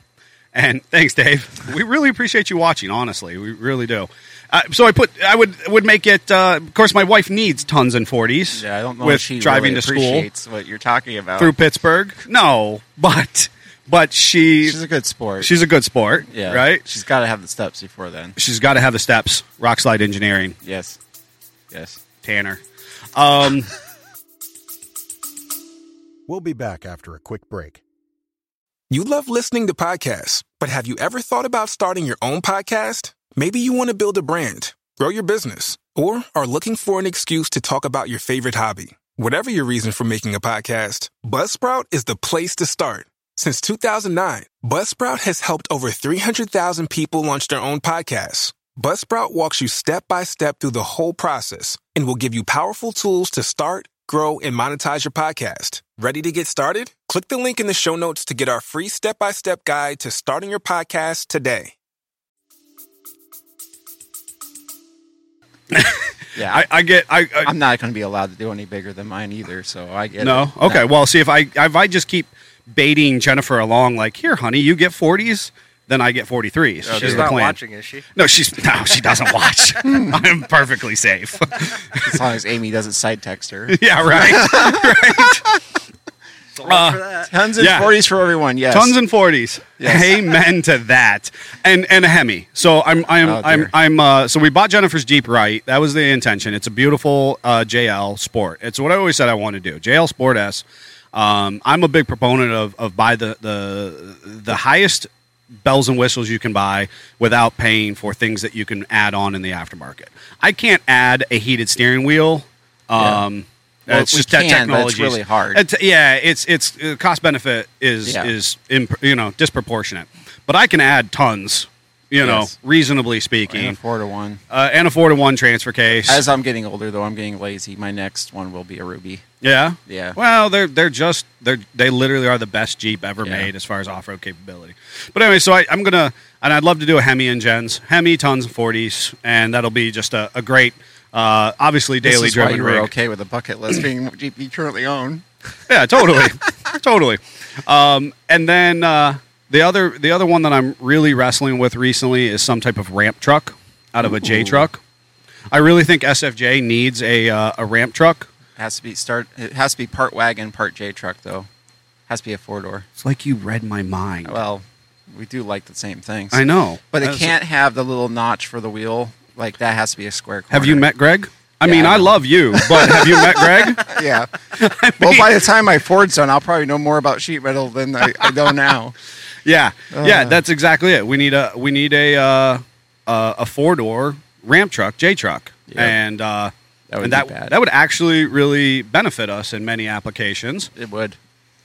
[SPEAKER 5] and thanks, Dave. We really appreciate you watching. Honestly, we really do. Uh, so I put I would would make it. Uh, of course, my wife needs tons and 40s.
[SPEAKER 3] Yeah, I don't know
[SPEAKER 5] with
[SPEAKER 3] if she
[SPEAKER 5] driving
[SPEAKER 3] really
[SPEAKER 5] to school
[SPEAKER 3] appreciates what you're talking about.
[SPEAKER 5] through Pittsburgh. No, but but she
[SPEAKER 3] She's a good sport.
[SPEAKER 5] she's a good sport.
[SPEAKER 3] yeah,
[SPEAKER 5] right.
[SPEAKER 3] She's got to have the steps before then.
[SPEAKER 5] She's got to have the steps. Rock slide engineering.
[SPEAKER 3] Yes, yes.
[SPEAKER 5] Tanner. Um,
[SPEAKER 7] We'll be back after a quick break.
[SPEAKER 8] You love listening to podcasts, but have you ever thought about starting your own podcast? Maybe you want to build a brand, grow your business, or are looking for an excuse to talk about your favorite hobby. Whatever your reason for making a podcast, Buzzsprout is the place to start. Since 2009, Buzzsprout has helped over 300,000 people launch their own podcasts. Buzzsprout walks you step by step through the whole process and will give you powerful tools to start, grow, and monetize your podcast. Ready to get started? Click the link in the show notes to get our free step by step guide to starting your podcast today.
[SPEAKER 3] Yeah,
[SPEAKER 5] I, I get I, I
[SPEAKER 3] I'm not going to be allowed to do any bigger than mine either. So I get
[SPEAKER 5] No.
[SPEAKER 3] it.
[SPEAKER 5] Okay. Well, see if I if I just keep baiting Jennifer along, like here, honey, you get forties, then I get forty threes.
[SPEAKER 6] She's
[SPEAKER 5] the
[SPEAKER 6] not
[SPEAKER 5] plan.
[SPEAKER 6] watching, is she?
[SPEAKER 5] No, she's no, she doesn't watch. I'm perfectly safe.
[SPEAKER 3] as long as Amy doesn't side text her.
[SPEAKER 5] yeah. Right.
[SPEAKER 6] Sold
[SPEAKER 5] Uh,
[SPEAKER 6] for that.
[SPEAKER 3] Tons and
[SPEAKER 5] Yeah.
[SPEAKER 3] forties for everyone. Yes,
[SPEAKER 5] Tons and forties. Amen to that. And and a Hemi. So I'm I'm
[SPEAKER 3] Oh,
[SPEAKER 5] I'm
[SPEAKER 3] dear.
[SPEAKER 5] I'm. Uh, so we bought Jennifer's Jeep right. That was the intention. It's a beautiful uh, JL Sport. It's what I always said I want to do. JL Sport S. Um, I'm a big proponent of of buy the the the highest bells and whistles you can buy without paying for things that you can add on in the aftermarket. I can't add a heated steering wheel. Um,
[SPEAKER 3] Well,
[SPEAKER 5] it's
[SPEAKER 3] we
[SPEAKER 5] just that
[SPEAKER 3] can, but it's
[SPEAKER 5] technology
[SPEAKER 3] really hard.
[SPEAKER 5] It's, yeah, it's it's uh, cost benefit is
[SPEAKER 3] Yeah.
[SPEAKER 5] is imp, you know disproportionate, but I can add tons. You know,
[SPEAKER 3] Yes.
[SPEAKER 5] reasonably
[SPEAKER 3] and a
[SPEAKER 5] speaking,
[SPEAKER 3] four to one.
[SPEAKER 5] uh, and a four to one transfer case.
[SPEAKER 3] As I'm getting older, though, I'm getting lazy. My next one will be a Ruby.
[SPEAKER 5] yeah,
[SPEAKER 3] Yeah.
[SPEAKER 5] Well, they're they're just they're they literally are the best Jeep ever
[SPEAKER 3] Yeah.
[SPEAKER 5] made as far as off road capability. But anyway, so I, I'm gonna and I'd love to do a Hemi and Gens Hemi tons and forties, and that'll be just a, a great. Uh, obviously,
[SPEAKER 3] This
[SPEAKER 5] daily
[SPEAKER 3] is why
[SPEAKER 5] driven
[SPEAKER 3] you were
[SPEAKER 5] rig.
[SPEAKER 3] okay with the bucket list being what you you currently own.
[SPEAKER 5] Yeah, totally, totally. Um, and then uh, the other the other one that I'm really wrestling with recently is some type of ramp truck out of a J truck. I really think SFJ needs a uh, a ramp truck.
[SPEAKER 3] Has to be start. It has to be part wagon, part J truck though. Has to be a four door.
[SPEAKER 5] It's like you read my mind.
[SPEAKER 3] Well, we do like the same things.
[SPEAKER 5] I know,
[SPEAKER 3] but it
[SPEAKER 5] That's-
[SPEAKER 3] can't have the little notch for the wheel. Like that has to be a square. Corner.
[SPEAKER 5] Have you met Greg? I
[SPEAKER 3] Yeah,
[SPEAKER 5] mean,
[SPEAKER 3] I
[SPEAKER 5] I
[SPEAKER 3] know.
[SPEAKER 5] love you, but have you met Greg?
[SPEAKER 3] Yeah. well, by the time my Ford's done, I'll probably know more about sheet metal than I, I know now.
[SPEAKER 5] Yeah,
[SPEAKER 3] Uh.
[SPEAKER 5] yeah, that's exactly it. We need a we need a uh, uh, a four door ramp truck, J truck,
[SPEAKER 3] Yep.
[SPEAKER 5] and uh,
[SPEAKER 3] That would
[SPEAKER 5] and
[SPEAKER 3] be
[SPEAKER 5] that
[SPEAKER 3] bad.
[SPEAKER 5] that would actually really benefit us in many applications.
[SPEAKER 3] It would.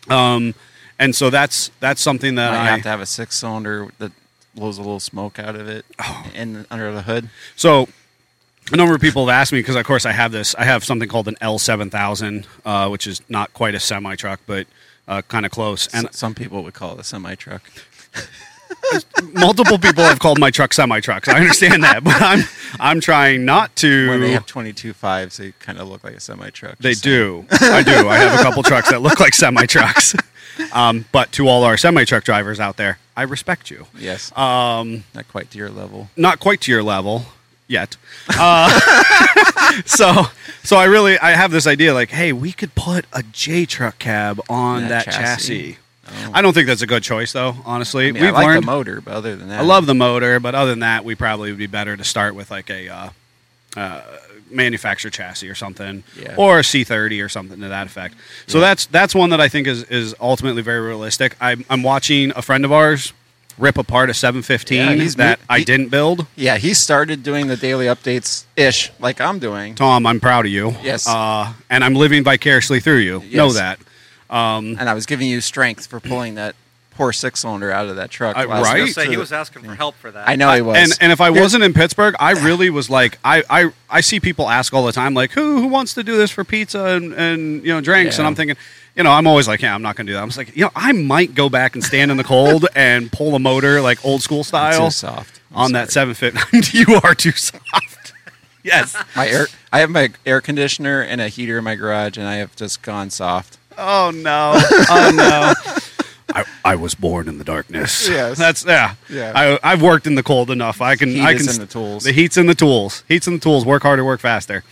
[SPEAKER 5] Um, and so that's that's something that
[SPEAKER 3] I
[SPEAKER 5] I,
[SPEAKER 3] have to have a six cylinder that blows a little smoke out of it
[SPEAKER 5] Oh.
[SPEAKER 3] and under the hood.
[SPEAKER 5] so a number of people have asked me because of course I have this I have something called an L seven thousand, uh, which is not quite a semi truck, but uh, kind of close.
[SPEAKER 3] And
[SPEAKER 5] And
[SPEAKER 3] some people would call it a semi truck.
[SPEAKER 5] multiple people have called my truck semi trucks. I understand that, but I'm I'm trying not to.
[SPEAKER 3] When they have 22 fives, they kind of look like a semi truck.
[SPEAKER 5] They do. I do. I have a couple trucks that look like semi trucks. Um, but to all our semi truck drivers out there, I respect you.
[SPEAKER 3] Yes. Um, Not quite to your level.
[SPEAKER 5] not quite to your level yet. Uh, so, so I really I have this idea like, hey, we could put a J truck cab on that,
[SPEAKER 3] That
[SPEAKER 5] chassis.
[SPEAKER 3] chassis. Oh.
[SPEAKER 5] I don't think that's a good choice though. Honestly,
[SPEAKER 3] I mean, I
[SPEAKER 5] we've
[SPEAKER 3] like
[SPEAKER 5] learned.
[SPEAKER 3] the motor, but other than that,
[SPEAKER 5] I love the motor, but other than that, we probably would be better to start with like a. Uh, uh, manufacturer chassis or something
[SPEAKER 3] Yeah.
[SPEAKER 5] or a c30 or something to that effect so that's that's one that i think is is ultimately very realistic i'm, I'm watching a friend of ours rip apart a 715
[SPEAKER 3] Yeah, he's
[SPEAKER 5] that
[SPEAKER 3] mo-
[SPEAKER 5] I
[SPEAKER 3] he-
[SPEAKER 5] didn't build.
[SPEAKER 3] Yeah, he started doing the daily updates ish, like I'm doing.
[SPEAKER 5] Tom, I'm proud of you.
[SPEAKER 3] Yes.
[SPEAKER 5] Uh, and I'm living vicariously through you. Know
[SPEAKER 3] Yes.
[SPEAKER 5] that.
[SPEAKER 3] And I was giving you strength for pulling that poor six cylinder out of that truck.
[SPEAKER 5] I-
[SPEAKER 3] last
[SPEAKER 5] right?
[SPEAKER 3] night.
[SPEAKER 6] Just say he was asking for help for that.
[SPEAKER 3] I know he was.
[SPEAKER 5] And and if I wasn't in Pittsburgh, I really was like I, I, I see people ask all the time like who who wants to do this for pizza and, and you know drinks and
[SPEAKER 3] Yeah.
[SPEAKER 5] I'm thinking you know I'm always like yeah I'm not gonna do that I'm just like you know I might go back and stand in the cold and pull a motor like old school
[SPEAKER 3] I'm
[SPEAKER 5] style
[SPEAKER 3] too soft I'm
[SPEAKER 5] on that
[SPEAKER 3] sorry.
[SPEAKER 5] seven fit you are too soft yes
[SPEAKER 3] My air, I have my air conditioner and a heater in my garage, and I have just gone soft.
[SPEAKER 5] oh no oh no. I, I was born in the darkness.
[SPEAKER 4] Yes.
[SPEAKER 5] that's yeah.
[SPEAKER 4] Yeah.
[SPEAKER 5] I, I've worked in the cold enough. I can.
[SPEAKER 3] Heat
[SPEAKER 5] I
[SPEAKER 3] is
[SPEAKER 5] can.
[SPEAKER 3] in
[SPEAKER 5] s-
[SPEAKER 3] the tools.
[SPEAKER 5] The heat's in the tools. Heat's in the tools. Work harder. Work faster.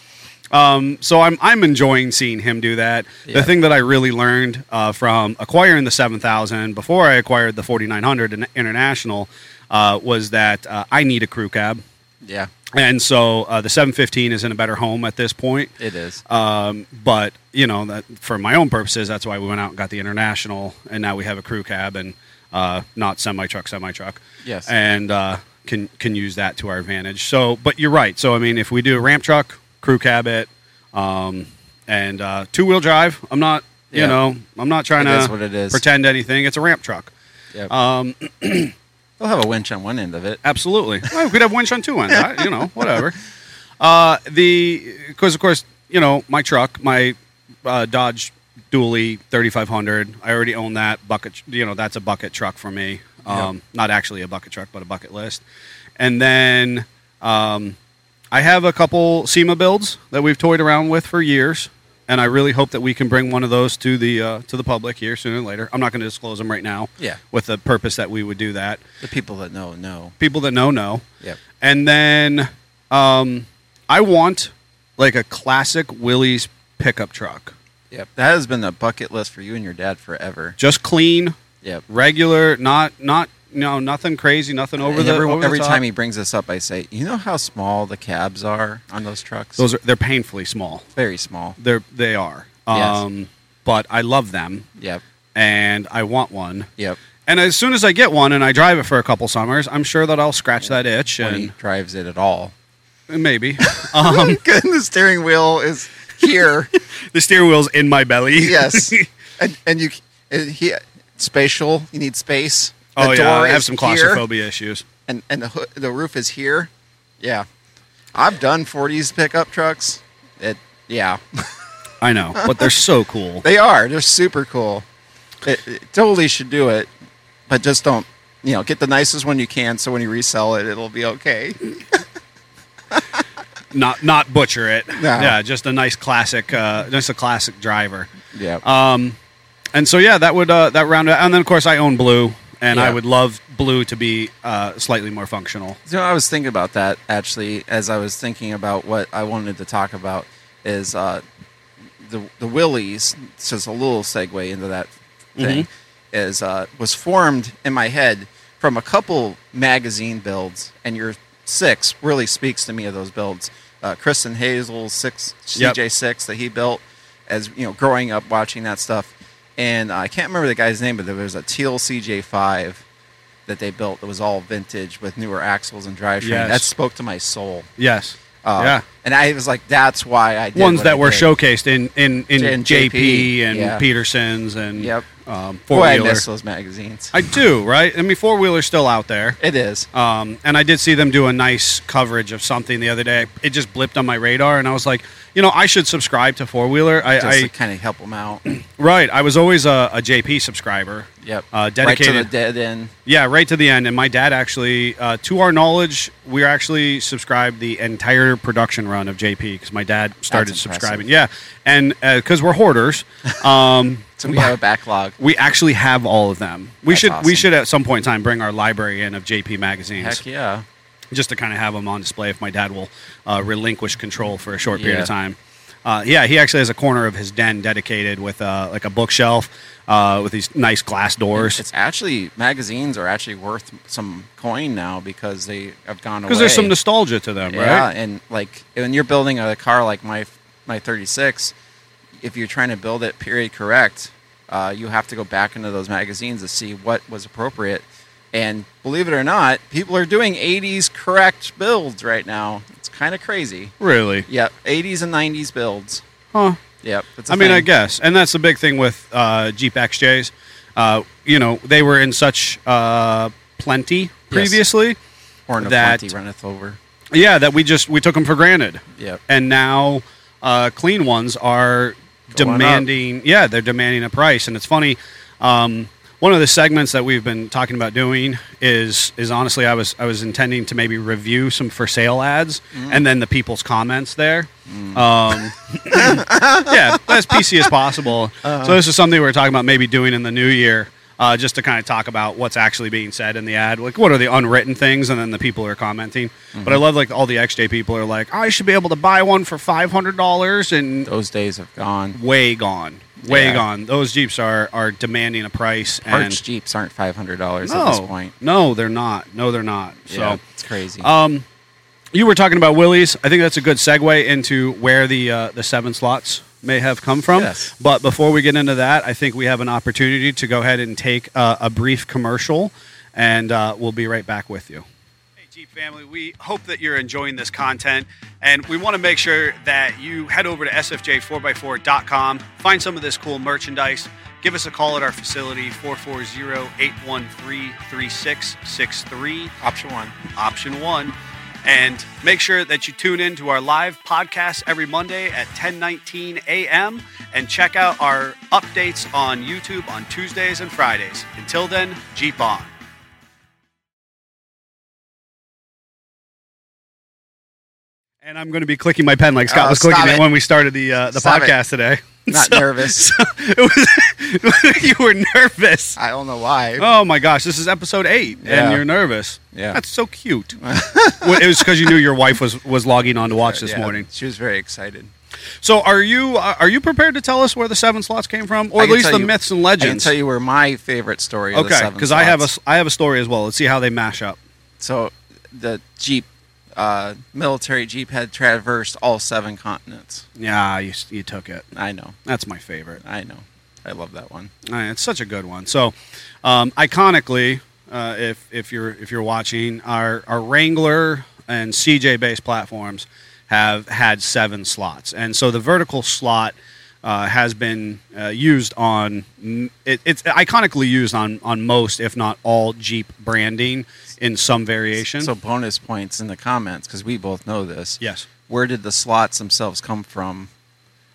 [SPEAKER 5] Um, so I'm I'm enjoying seeing him do that. The
[SPEAKER 3] Yeah.
[SPEAKER 5] thing that I really learned uh, from acquiring the 7000 before I acquired the 4900 in- international uh, was that uh, I need a crew cab,
[SPEAKER 3] Yeah,
[SPEAKER 5] and so uh, the 715 is in a better home at this point.
[SPEAKER 3] it is.
[SPEAKER 5] Um, but you know, that for my own purposes, that's why we went out and got the international, and now we have a crew cab and uh, not semi truck, semi truck.
[SPEAKER 3] Yes.
[SPEAKER 5] and uh, can can use that to our advantage. So, but you're right. So, I mean, if we do a ramp truck, crew cab it, um, and uh, two wheel drive, I'm not, you
[SPEAKER 3] Yeah.
[SPEAKER 5] know, I'm not trying
[SPEAKER 3] It
[SPEAKER 5] to
[SPEAKER 3] is what it is.
[SPEAKER 5] pretend anything. It's a ramp truck.
[SPEAKER 3] Yep. Um, they'll have a winch on one end of it.
[SPEAKER 5] Absolutely. Well, we could have winch on two ends. I, you know, whatever. Uh, the because of course you know my truck, my uh, Dodge Dually 3500. I already own that bucket. You know, that's a bucket truck for me. Um, Not actually a bucket truck, but a bucket list. And then um, I have a couple SEMA builds that we've toyed around with for years. And I really hope that we can bring one of those to the uh, to the public here sooner or later. I'm not going to disclose them right now,
[SPEAKER 3] Yeah.
[SPEAKER 5] with the purpose that we would do that
[SPEAKER 3] The people that know know.
[SPEAKER 5] people that know know.
[SPEAKER 3] Yep.
[SPEAKER 5] And then um, I want like a classic Willie's pickup truck,
[SPEAKER 3] Yep. That has been a bucket list for you and your dad forever.
[SPEAKER 5] just clean,
[SPEAKER 3] Yep.
[SPEAKER 5] regular, not not no nothing crazy, nothing over
[SPEAKER 3] And
[SPEAKER 5] the
[SPEAKER 3] every,
[SPEAKER 5] over the
[SPEAKER 3] every
[SPEAKER 5] top.
[SPEAKER 3] time he brings this up, I say, you know how small the cabs are on those trucks?
[SPEAKER 5] those are they're painfully small.
[SPEAKER 3] very small.
[SPEAKER 5] They're they are.
[SPEAKER 3] Yes.
[SPEAKER 5] Um, But I love them,
[SPEAKER 3] Yep.
[SPEAKER 5] and I want one.
[SPEAKER 3] Yep.
[SPEAKER 5] And as soon as I get one and I drive it for a couple summers, I'm sure that I'll scratch that itch
[SPEAKER 3] When he
[SPEAKER 5] and Oh
[SPEAKER 3] drives it at all.
[SPEAKER 5] maybe
[SPEAKER 4] the steering wheel is here.
[SPEAKER 5] the steering wheel's in my belly.
[SPEAKER 4] yes,
[SPEAKER 3] And and you and he spatial. You need space. The
[SPEAKER 5] oh yeah,
[SPEAKER 4] door
[SPEAKER 5] I have
[SPEAKER 4] is
[SPEAKER 5] some
[SPEAKER 4] here.
[SPEAKER 5] claustrophobia issues.
[SPEAKER 3] And and the hood, the roof is here. Yeah.
[SPEAKER 4] I've done 40s
[SPEAKER 3] These pickup trucks. It yeah.
[SPEAKER 5] I know, but they're so cool.
[SPEAKER 3] They are. They're super cool. It, it totally should do it, but just don't. You know, get the nicest one you can, so when you resell it, it'll be okay.
[SPEAKER 5] Not not butcher it. Yeah, just a nice classic, uh, just a classic driver.
[SPEAKER 3] Yeah.
[SPEAKER 5] And so yeah, that would uh, that round it. And then of course I own blue, and I
[SPEAKER 3] Yeah.
[SPEAKER 5] would love blue to be uh, slightly more functional.
[SPEAKER 3] you know, I was thinking about that actually, as I was thinking about what I wanted to talk about is uh, the the Willies. It's just a little segue into that thing. Is uh, was formed in my head from a couple magazine builds, and your six really speaks to me of those builds. Uh, Kristen Hazel's six
[SPEAKER 5] Yep.
[SPEAKER 3] CJ six that he built as you know growing up watching that stuff, and uh, I can't remember the guy's name, but there was a teal CJ five that they built that was all vintage with newer axles and drivetrain.
[SPEAKER 5] Yes.
[SPEAKER 3] That spoke to my soul.
[SPEAKER 5] Yes.
[SPEAKER 3] Uh,
[SPEAKER 5] yeah.
[SPEAKER 3] and I was like, that's why I did
[SPEAKER 5] Ones
[SPEAKER 3] what I
[SPEAKER 5] that were
[SPEAKER 3] did.
[SPEAKER 5] showcased in in, in
[SPEAKER 3] In
[SPEAKER 5] JP,
[SPEAKER 3] JP,
[SPEAKER 5] and
[SPEAKER 3] yeah.
[SPEAKER 5] Petersons and
[SPEAKER 3] Yep.
[SPEAKER 5] um, four
[SPEAKER 3] Boy, I
[SPEAKER 5] wheeler.
[SPEAKER 3] miss those magazines.
[SPEAKER 5] I do right. I mean, four wheeler's still out there.
[SPEAKER 3] it is.
[SPEAKER 5] Um, and I did see them do a nice coverage of something the other day. It just blipped on my radar, and I was like, you know, I should subscribe to four wheeler. I,
[SPEAKER 3] Just
[SPEAKER 5] I
[SPEAKER 3] to kind of help them out.
[SPEAKER 5] Right. I was always a, a JP subscriber.
[SPEAKER 3] Yep.
[SPEAKER 5] Uh, dedicated.
[SPEAKER 3] Right to the dead end.
[SPEAKER 5] yeah, right to the end. And my dad actually, uh, to our knowledge, we actually subscribed the entire production run of JP because my dad started
[SPEAKER 3] impressive.
[SPEAKER 5] subscribing. Yeah, and because we're hoarders, um,
[SPEAKER 3] So we have a backlog.
[SPEAKER 5] we actually have all of them. We
[SPEAKER 3] That's
[SPEAKER 5] should we
[SPEAKER 3] awesome.
[SPEAKER 5] should at some point in time bring our library in of JP magazines
[SPEAKER 3] Heck yeah.
[SPEAKER 5] just to kind of have them on display if my dad will uh, relinquish control for a short period
[SPEAKER 3] Yeah.
[SPEAKER 5] of time. Uh, yeah, he actually has a corner of his den dedicated with uh, like a bookshelf uh, with these nice glass doors
[SPEAKER 3] It's actually, magazines are actually worth some coin now because they have gone away.
[SPEAKER 5] because there's some nostalgia to them,
[SPEAKER 3] Yeah,
[SPEAKER 5] right?
[SPEAKER 3] and like when you're building a car like my my 36, if you're trying to build it period correct, uh, you have to go back into those magazines to see what was appropriate, And believe it or not, people are doing 80s correct builds right now. It's kind of crazy.
[SPEAKER 5] Really?
[SPEAKER 3] Yep, 80s and 90s builds.
[SPEAKER 5] Huh.
[SPEAKER 3] Yep. it's a
[SPEAKER 5] I mean, I
[SPEAKER 3] thing.
[SPEAKER 5] guess, and that's the big thing with uh, Jeep XJs. Uh, you know, they were in such uh, plenty previously.
[SPEAKER 3] Horn of
[SPEAKER 5] that-
[SPEAKER 3] plenty runneth over.
[SPEAKER 5] Yeah, that we just we took them for granted.
[SPEAKER 3] Yep.
[SPEAKER 5] And now, uh, clean ones
[SPEAKER 1] Going
[SPEAKER 5] are
[SPEAKER 1] up.
[SPEAKER 5] demanding. Yeah, they're demanding a price, and it's funny. Um, one of the segments that we've been talking about doing is is honestly, I was I was intending to maybe review some for sale ads,
[SPEAKER 3] Mm.
[SPEAKER 5] and then the people's comments there. Um, yeah, as PC as possible. So this is something we're talking about maybe doing in the new year, uh, just to kind of talk about what's actually being said in the ad. Like, what are the unwritten things, and then the people are commenting. But
[SPEAKER 3] Mm-hmm.
[SPEAKER 5] I love like all the XJ people are like, I should be able to buy one for five hundred dollars, and
[SPEAKER 3] Those days have gone.
[SPEAKER 5] way gone, way
[SPEAKER 3] Yeah.
[SPEAKER 5] gone. Those Jeeps are are demanding a price. and
[SPEAKER 3] Arch Jeeps aren't $500 at this point.
[SPEAKER 5] no, they're not. No, they're not.
[SPEAKER 3] yeah,
[SPEAKER 5] So.
[SPEAKER 3] it's crazy.
[SPEAKER 5] Um, you were talking about Willie's. I think that's a good segue into where the uh, the seven slots may have come from.
[SPEAKER 3] Yes.
[SPEAKER 5] But before we get into that, I think we have an opportunity to go ahead and take uh, a brief commercial, and uh, we'll be right back with you. Hey, Jeep family, we hope that you're enjoying this content, and we want to make sure that you head over to sfj4x4.com, find some of this cool merchandise, give us a call at our facility, 440 813 3663
[SPEAKER 3] Option one.
[SPEAKER 5] option one. And make sure that you tune in to our live podcast every Monday at 10:19 a.m. and check out our updates on YouTube on Tuesdays and Fridays. Until then, Jeep on. And I'm going to be clicking my pen like Scott
[SPEAKER 3] Oh,
[SPEAKER 5] was clicking
[SPEAKER 3] stop
[SPEAKER 5] it.
[SPEAKER 3] it.
[SPEAKER 5] when we started the uh, the
[SPEAKER 3] Stop it.
[SPEAKER 5] podcast today.
[SPEAKER 3] Not nervous.
[SPEAKER 5] it was you were nervous.
[SPEAKER 3] I don't know why.
[SPEAKER 5] Oh my gosh, this is episode eight,
[SPEAKER 3] Yeah.
[SPEAKER 5] and you're nervous.
[SPEAKER 3] Yeah.
[SPEAKER 5] that's so cute. well, it was because you knew your wife was was logging on to watch this
[SPEAKER 3] Yeah,
[SPEAKER 5] morning.
[SPEAKER 3] She was very excited.
[SPEAKER 5] So, are you uh, are you prepared to tell us where the seven slots came from, or
[SPEAKER 3] I
[SPEAKER 5] at
[SPEAKER 3] can
[SPEAKER 5] least
[SPEAKER 3] tell
[SPEAKER 5] the
[SPEAKER 3] you-
[SPEAKER 5] myths and
[SPEAKER 3] I can
[SPEAKER 5] legends?
[SPEAKER 3] tell you where my favorite story of the
[SPEAKER 5] okay,
[SPEAKER 3] seven
[SPEAKER 5] because I have a
[SPEAKER 3] slots.
[SPEAKER 5] I have a story as well. Let's see how they mash up.
[SPEAKER 3] So the Jeep, uh, military Jeep, had traversed all seven continents.
[SPEAKER 5] Yeah, you, s- you took it.
[SPEAKER 3] I know,
[SPEAKER 5] That's my favorite.
[SPEAKER 3] I know, I love that one.
[SPEAKER 5] Uh, it's such a good one. So, um, iconically, uh, if if you're if you're watching, our our Wrangler and CJ based platforms have had seven slots, and so the vertical slot. Uh, has been uh, used on m- it, it's iconically used on on most if not all Jeep branding in some variation.
[SPEAKER 3] So bonus points in the comments because we both know this.
[SPEAKER 5] yes,
[SPEAKER 3] Where did the slots themselves come from?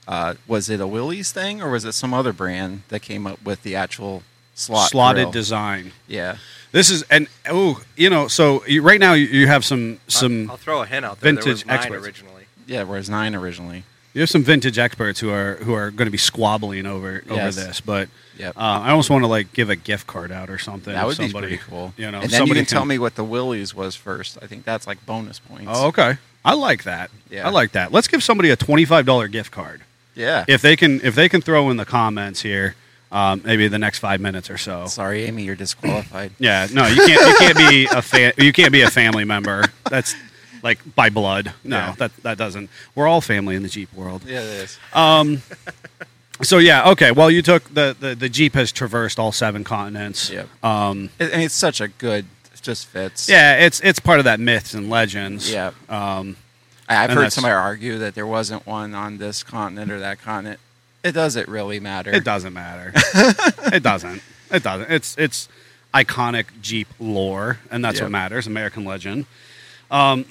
[SPEAKER 3] Uh, was it a Willys thing or was it some other brand that came up with the actual slot
[SPEAKER 5] slotted
[SPEAKER 3] grill?
[SPEAKER 5] design.
[SPEAKER 3] Yeah,
[SPEAKER 5] This is and oh you know so you, right now you, you have some some
[SPEAKER 6] I'll throw a hint out there. there
[SPEAKER 5] vintage
[SPEAKER 6] was nine
[SPEAKER 5] experts.
[SPEAKER 6] originally.
[SPEAKER 3] yeah. Whereas nine originally.
[SPEAKER 5] There's some vintage experts who are who are going to be squabbling over over
[SPEAKER 3] Yes.
[SPEAKER 5] this, but
[SPEAKER 3] Yep.
[SPEAKER 5] uh, I almost want to like give a gift card out or something.
[SPEAKER 3] That would
[SPEAKER 5] somebody,
[SPEAKER 3] be pretty cool.
[SPEAKER 5] You know,
[SPEAKER 3] and then you
[SPEAKER 5] somebody
[SPEAKER 3] can tell me what the Willys was first. I think that's like bonus points.
[SPEAKER 5] Oh, okay. I like that.
[SPEAKER 3] Yeah.
[SPEAKER 5] I like that. Let's give somebody a twenty five dollar gift card
[SPEAKER 3] yeah.
[SPEAKER 5] if they can if they can throw in the comments here, um, maybe the next five minutes or so.
[SPEAKER 3] Sorry, Amy, you're disqualified.
[SPEAKER 5] Yeah, no, you can't. You can't be a fan. You can't be a family member. That's like by blood. No,
[SPEAKER 3] Yeah.
[SPEAKER 5] that that doesn't. We're all family in the Jeep world.
[SPEAKER 3] yeah, it is.
[SPEAKER 5] So yeah, okay. Well, you took the, the the Jeep has traversed all seven continents.
[SPEAKER 3] Yeah.
[SPEAKER 5] Um,
[SPEAKER 3] It, and it's such a good, it just fits.
[SPEAKER 5] Yeah, it's it's part of that myths and legends.
[SPEAKER 3] Yeah.
[SPEAKER 5] Um,
[SPEAKER 3] I, I've
[SPEAKER 5] and
[SPEAKER 3] heard
[SPEAKER 5] that's-
[SPEAKER 3] somebody argue that there wasn't one on this continent or that continent. It doesn't really matter.
[SPEAKER 5] it doesn't matter. it doesn't. It doesn't. It's it's iconic Jeep lore, and that's
[SPEAKER 3] Yeah.
[SPEAKER 5] what matters. American legend.
[SPEAKER 3] No,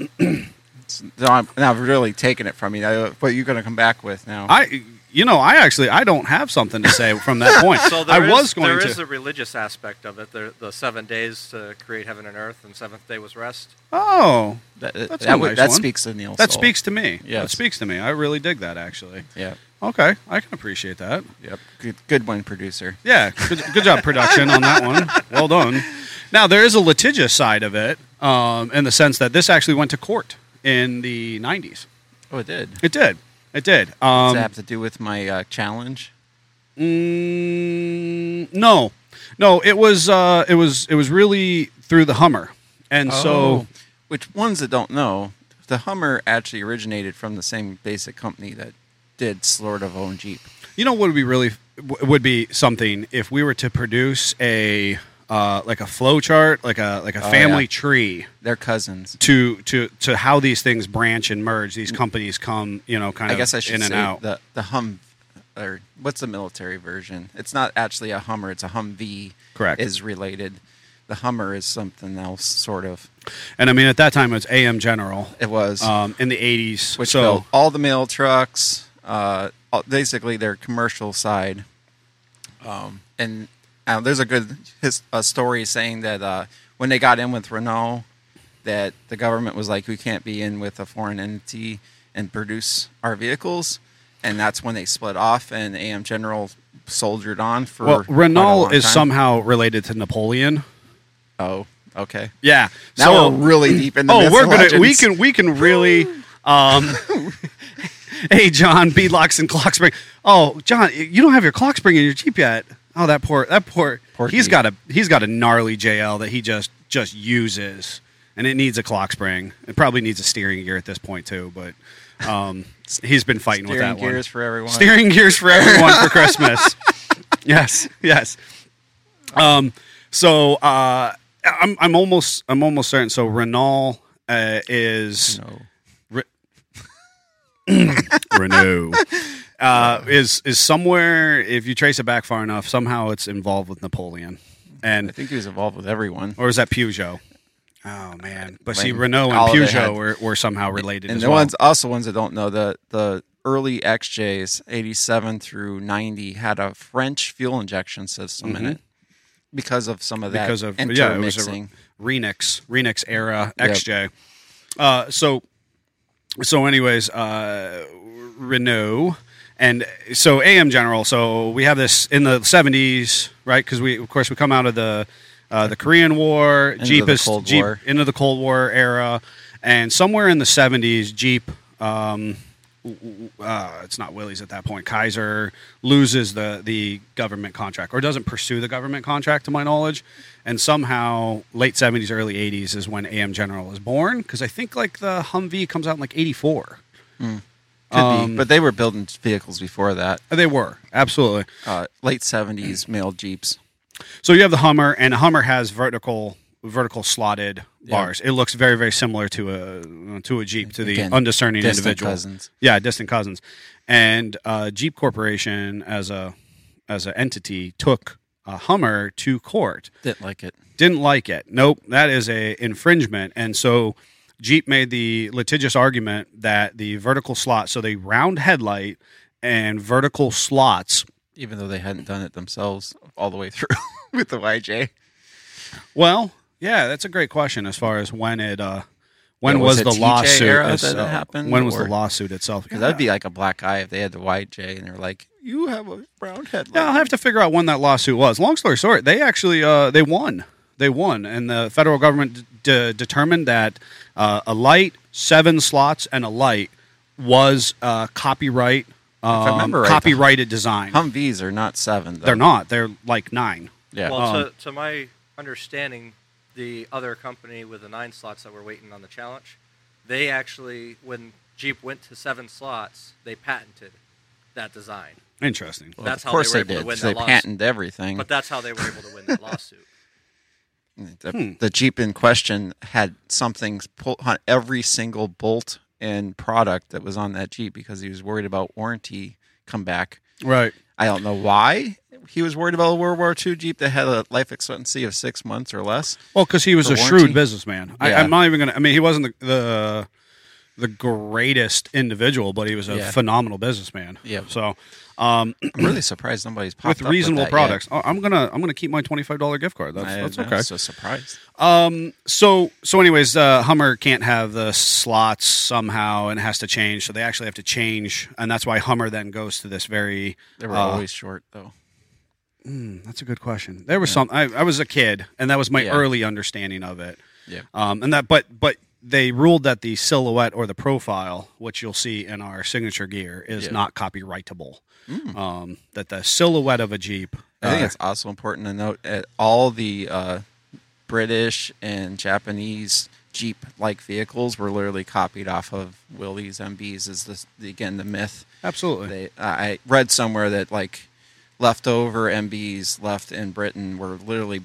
[SPEAKER 3] I'm, now I've really taken it from you. I, what are you going to come back with now?
[SPEAKER 5] I you know I actually I don't have something to say from that point.
[SPEAKER 6] So there
[SPEAKER 5] I
[SPEAKER 6] is-
[SPEAKER 5] was going
[SPEAKER 6] there
[SPEAKER 5] to.
[SPEAKER 6] is a religious aspect of it. There, the seven days to create heaven and earth, and seventh day was rest.
[SPEAKER 5] oh,
[SPEAKER 3] that that,
[SPEAKER 5] that's a
[SPEAKER 3] that, would-
[SPEAKER 5] nice
[SPEAKER 3] that
[SPEAKER 5] one.
[SPEAKER 3] speaks to Neil.
[SPEAKER 5] that
[SPEAKER 3] Soul.
[SPEAKER 5] speaks to me. Yeah, That
[SPEAKER 3] Yes.
[SPEAKER 5] speaks to me. I really dig that actually.
[SPEAKER 3] Yeah.
[SPEAKER 5] Okay, I can appreciate that.
[SPEAKER 3] Yep. Good, good one, producer.
[SPEAKER 5] Yeah, good, good job, production on that one. Well done. Now there is a litigious side of it, um, in the sense that this actually went to court in the '90s.
[SPEAKER 3] Oh, it did.
[SPEAKER 5] It did. It did.
[SPEAKER 3] Does
[SPEAKER 5] Um,
[SPEAKER 3] that have to do with my uh, challenge?
[SPEAKER 5] mm, no, no. It was. Uh, it was. It was really through the Hummer, and so
[SPEAKER 3] Oh. which ones that don't know, the Hummer actually originated from the same basic company that did sort of own Jeep.
[SPEAKER 5] you know what would be really w- would be something if we were to produce a uh, like a flow chart, like a like a
[SPEAKER 3] yeah.
[SPEAKER 5] family tree
[SPEAKER 3] They're cousins.
[SPEAKER 5] to to to how these things branch and merge. These companies come, you know, kind
[SPEAKER 3] I
[SPEAKER 5] of
[SPEAKER 3] guess I should
[SPEAKER 5] in and
[SPEAKER 3] say
[SPEAKER 5] out.
[SPEAKER 3] the the Hum or what's the military version? It's not actually a Hummer. It's a Humvee.
[SPEAKER 5] Correct.
[SPEAKER 3] Is related. The Hummer is something else, sort of.
[SPEAKER 5] and I mean, at that time, it was AM General
[SPEAKER 3] It was.
[SPEAKER 5] um, in the '80s.
[SPEAKER 3] which
[SPEAKER 5] so
[SPEAKER 3] built all the mail trucks, uh, all- basically their commercial side. Um, and uh, there's a good his, a story saying that uh, when they got in with Renault, that the government was like, "We can't be in with a foreign entity and produce our vehicles," and that's when they split off, and AM General soldiered on for.
[SPEAKER 5] well,
[SPEAKER 3] quite a
[SPEAKER 5] Renault
[SPEAKER 3] long
[SPEAKER 5] is
[SPEAKER 3] time.
[SPEAKER 5] somehow related to Napoleon.
[SPEAKER 3] Oh, okay.
[SPEAKER 5] Yeah.
[SPEAKER 3] Now
[SPEAKER 5] so
[SPEAKER 3] we're really deep in. The
[SPEAKER 5] oh,
[SPEAKER 3] myths
[SPEAKER 5] we're
[SPEAKER 3] and
[SPEAKER 5] gonna we
[SPEAKER 3] legends.
[SPEAKER 5] can we can really. Um, hey, John, beadlocks and clock spring. Oh, John, you don't have your clock spring in your Jeep yet. Oh, that poor that poor.
[SPEAKER 3] Poor
[SPEAKER 5] he's
[SPEAKER 3] Jeep.
[SPEAKER 5] got a he's got a gnarly JL that he just just uses, and it needs a clock spring. It probably needs a steering gear at this point too, but. Um, he's been fighting with
[SPEAKER 3] Steering
[SPEAKER 5] that
[SPEAKER 3] gears
[SPEAKER 5] one.
[SPEAKER 3] for everyone.
[SPEAKER 5] Steering gears for everyone for Christmas. yes, yes. Um, so uh, I'm I'm almost I'm almost certain. So Renault uh, is
[SPEAKER 3] No.
[SPEAKER 5] Renault uh, is is somewhere. If you trace it back far enough, somehow it's involved with Napoleon,
[SPEAKER 3] I
[SPEAKER 5] and
[SPEAKER 3] think he was involved with everyone.
[SPEAKER 5] or is that Peugeot? Oh man! But see,
[SPEAKER 3] When
[SPEAKER 5] Renault and
[SPEAKER 3] all they
[SPEAKER 5] Peugeot
[SPEAKER 3] had-
[SPEAKER 5] were, were somehow related.
[SPEAKER 3] and
[SPEAKER 5] as
[SPEAKER 3] the
[SPEAKER 5] well.
[SPEAKER 3] ones also ones that don't know the the early XJs 87 through 90 had a French fuel injection system in it Mm-hmm. because of some of that
[SPEAKER 5] because of yeah, it was a
[SPEAKER 3] intermixing.
[SPEAKER 5] Renix Renix era
[SPEAKER 3] Yep.
[SPEAKER 5] XJ. Uh, so so anyways, uh, Renault and so AM General. So we have this in the seventies, right? Because we of course we come out of the uh, the Korean War,
[SPEAKER 3] Into
[SPEAKER 5] Jeep
[SPEAKER 3] the
[SPEAKER 5] is
[SPEAKER 3] Cold
[SPEAKER 5] Jeep
[SPEAKER 3] War.
[SPEAKER 5] into the Cold War era, and somewhere in the seventies, Jeep. Um, uh, it's not Willie's at that point. Kaiser loses the the government contract or doesn't pursue the government contract, to my knowledge. And somehow, late seventies, early eighties is when AM General is born because I think like the Humvee comes out in like eighty four.
[SPEAKER 3] Could be, Um, but they were building vehicles before that.
[SPEAKER 5] They were absolutely.
[SPEAKER 3] Uh, late 70s male Jeeps.
[SPEAKER 5] So you have the Hummer, and the Hummer has vertical vertical slotted bars. It looks very very similar to a to a Jeep to the
[SPEAKER 3] Again,
[SPEAKER 5] undiscerning
[SPEAKER 3] distant
[SPEAKER 5] individual.
[SPEAKER 3] cousins.
[SPEAKER 5] Yeah, distant cousins. And uh, Jeep Corporation as a as an entity took a Hummer to court.
[SPEAKER 3] Didn't like it.
[SPEAKER 5] Didn't like it. Nope, that is a infringement. And so Jeep made the litigious argument that the vertical slot, so the round headlight and vertical slots
[SPEAKER 3] Even though they hadn't done it themselves all the way through with the YJ.
[SPEAKER 5] Well, yeah, that's a great question as far as when it uh when
[SPEAKER 3] Yeah,
[SPEAKER 5] was,
[SPEAKER 3] was it
[SPEAKER 5] the
[SPEAKER 3] TJ
[SPEAKER 5] lawsuit
[SPEAKER 3] era that
[SPEAKER 5] itself-
[SPEAKER 3] it happened,
[SPEAKER 5] when was
[SPEAKER 3] or-
[SPEAKER 5] the lawsuit itself?
[SPEAKER 3] 'Cause That'd be like a black eye if they had the YJ and they're like, you have a brown headlight.
[SPEAKER 5] Yeah, I'll have to figure out when that lawsuit was. Long story short, they actually uh, they won. They won, and the federal government de- determined that uh, a light, seven slots, and a light was uh, copyright um,
[SPEAKER 3] remember right, the-
[SPEAKER 5] copyrighted design.
[SPEAKER 3] Humvees are not seven. Though.
[SPEAKER 5] They're not. They're like nine.
[SPEAKER 3] Yeah.
[SPEAKER 6] Well,
[SPEAKER 5] Um,
[SPEAKER 6] to, to my understanding, the other company with the nine slots that were waiting on the challenge, they actually, when Jeep went to seven slots, they patented that design.
[SPEAKER 5] Interesting.
[SPEAKER 3] of
[SPEAKER 6] that's how they
[SPEAKER 3] course
[SPEAKER 6] were
[SPEAKER 3] they,
[SPEAKER 6] able
[SPEAKER 3] did.
[SPEAKER 6] to win
[SPEAKER 3] 'cause
[SPEAKER 6] that
[SPEAKER 3] They
[SPEAKER 6] lawsuit.
[SPEAKER 3] patented
[SPEAKER 5] Mm.
[SPEAKER 3] everything.
[SPEAKER 6] But that's how they were able to win that lawsuit.
[SPEAKER 3] The,
[SPEAKER 5] Hmm.
[SPEAKER 3] the Jeep in question had something pull on every single bolt and product that was on that Jeep because he was worried about warranty comeback.
[SPEAKER 5] right.
[SPEAKER 3] I don't know why he was worried about a World War II Jeep that had a life expectancy of six months or less.
[SPEAKER 5] Well, because he was
[SPEAKER 3] For
[SPEAKER 5] a
[SPEAKER 3] warranty?
[SPEAKER 5] shrewd businessman. I,
[SPEAKER 3] Yeah.
[SPEAKER 5] I'm not even gonna. I mean, he wasn't the the, the greatest individual, but he was a
[SPEAKER 3] Yeah.
[SPEAKER 5] phenomenal businessman.
[SPEAKER 3] Yeah.
[SPEAKER 5] So, um,
[SPEAKER 3] I'm really surprised nobody's popped
[SPEAKER 5] with
[SPEAKER 3] up
[SPEAKER 5] reasonable
[SPEAKER 3] that yet.
[SPEAKER 5] products, oh, I'm gonna I'm gonna keep my twenty five dollar gift card. That's
[SPEAKER 3] I-
[SPEAKER 5] that's okay.
[SPEAKER 3] so surprised.
[SPEAKER 5] Um. So so, anyways, uh, Hummer can't have the slots somehow, and it has to change. So they actually have to change, and that's why Hummer then goes to this very.
[SPEAKER 3] They were
[SPEAKER 5] uh,
[SPEAKER 3] always short though.
[SPEAKER 5] That's a good question. There was some. I, I was a kid, and that was my
[SPEAKER 3] Yeah.
[SPEAKER 5] early understanding of it.
[SPEAKER 3] Yeah.
[SPEAKER 5] Um, and that, but but they ruled that the silhouette or the profile, which you'll see in our signature gear, is
[SPEAKER 3] Yeah. Mm.
[SPEAKER 5] not copyrightable. Um, that the silhouette of a Jeep.
[SPEAKER 3] I think
[SPEAKER 5] uh,
[SPEAKER 3] it's also important to note that all the uh, British and Japanese Jeep-like vehicles were literally copied off of Willys MBs. Is this again the myth?
[SPEAKER 5] absolutely.
[SPEAKER 3] They, I I read somewhere that like leftover MBs left in Britain were literally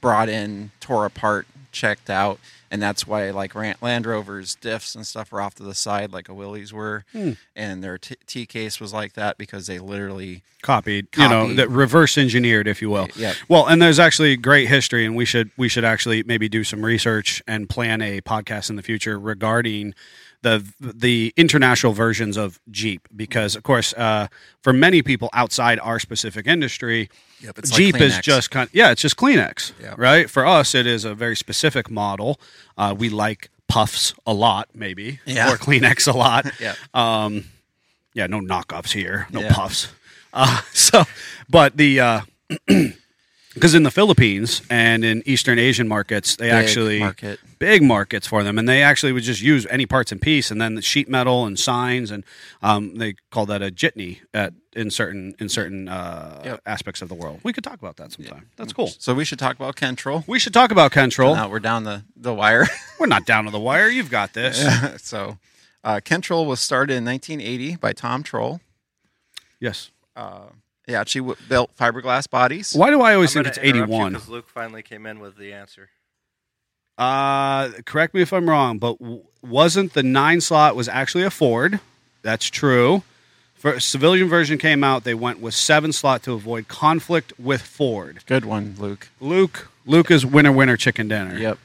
[SPEAKER 3] brought in, tore apart, checked out, and that's why like Ran- Land Rover's diffs and stuff are off to the side like a Willys were, and their T-, T case was like that because they literally
[SPEAKER 5] copied, you know,
[SPEAKER 3] Copied.
[SPEAKER 5] that reverse engineered, if you will.
[SPEAKER 3] Yeah.
[SPEAKER 5] Well, and there's actually great history, and we should we should actually maybe do some research and plan a podcast in the future regarding the the international versions of Jeep, because of course, uh, for many people outside our specific industry,
[SPEAKER 3] Yep, it's like
[SPEAKER 5] Jeep is
[SPEAKER 3] Kleenex.
[SPEAKER 5] just kind yeah, it's just Kleenex,
[SPEAKER 3] Yep.
[SPEAKER 5] right? For us, it is a very specific model. Uh, we like puffs a lot, maybe,
[SPEAKER 3] Yeah.
[SPEAKER 5] or Kleenex a lot.
[SPEAKER 3] Yep.
[SPEAKER 5] Um, yeah, no knockoffs here, no
[SPEAKER 3] Yeah.
[SPEAKER 5] puffs. Uh, so, but the because in the Philippines and in Eastern Asian markets, they
[SPEAKER 3] big
[SPEAKER 5] actually
[SPEAKER 3] market.
[SPEAKER 5] big markets for them, and they actually would just use any parts and piece, and then the sheet metal and signs, and um, they call that a jitney at in certain in certain uh,
[SPEAKER 3] Yep.
[SPEAKER 5] aspects of the world. We could talk about that sometime. That's cool.
[SPEAKER 3] So we should talk about Kentrol.
[SPEAKER 5] We should talk about Kentrol.
[SPEAKER 3] Now we're down the the wire.
[SPEAKER 5] We're not down to the wire. You've got this.
[SPEAKER 3] so uh, Kentrol was started in 1980 by Tom Troll.
[SPEAKER 5] Yes.
[SPEAKER 3] Uh, yeah, she w- built fiberglass bodies.
[SPEAKER 5] Why do I always
[SPEAKER 6] I'm
[SPEAKER 5] think it's
[SPEAKER 6] gonna interrupt you
[SPEAKER 5] eighty-one?
[SPEAKER 6] 'cause Luke finally came in with the answer.
[SPEAKER 5] Uh, correct me if I'm wrong, but w- wasn't the nine slot was actually a Ford? That's true. For civilian version came out, they went with seven slot to avoid conflict with Ford.
[SPEAKER 3] Good one, Luke.
[SPEAKER 5] Luke, Luke is winner winner chicken dinner.
[SPEAKER 3] Yep.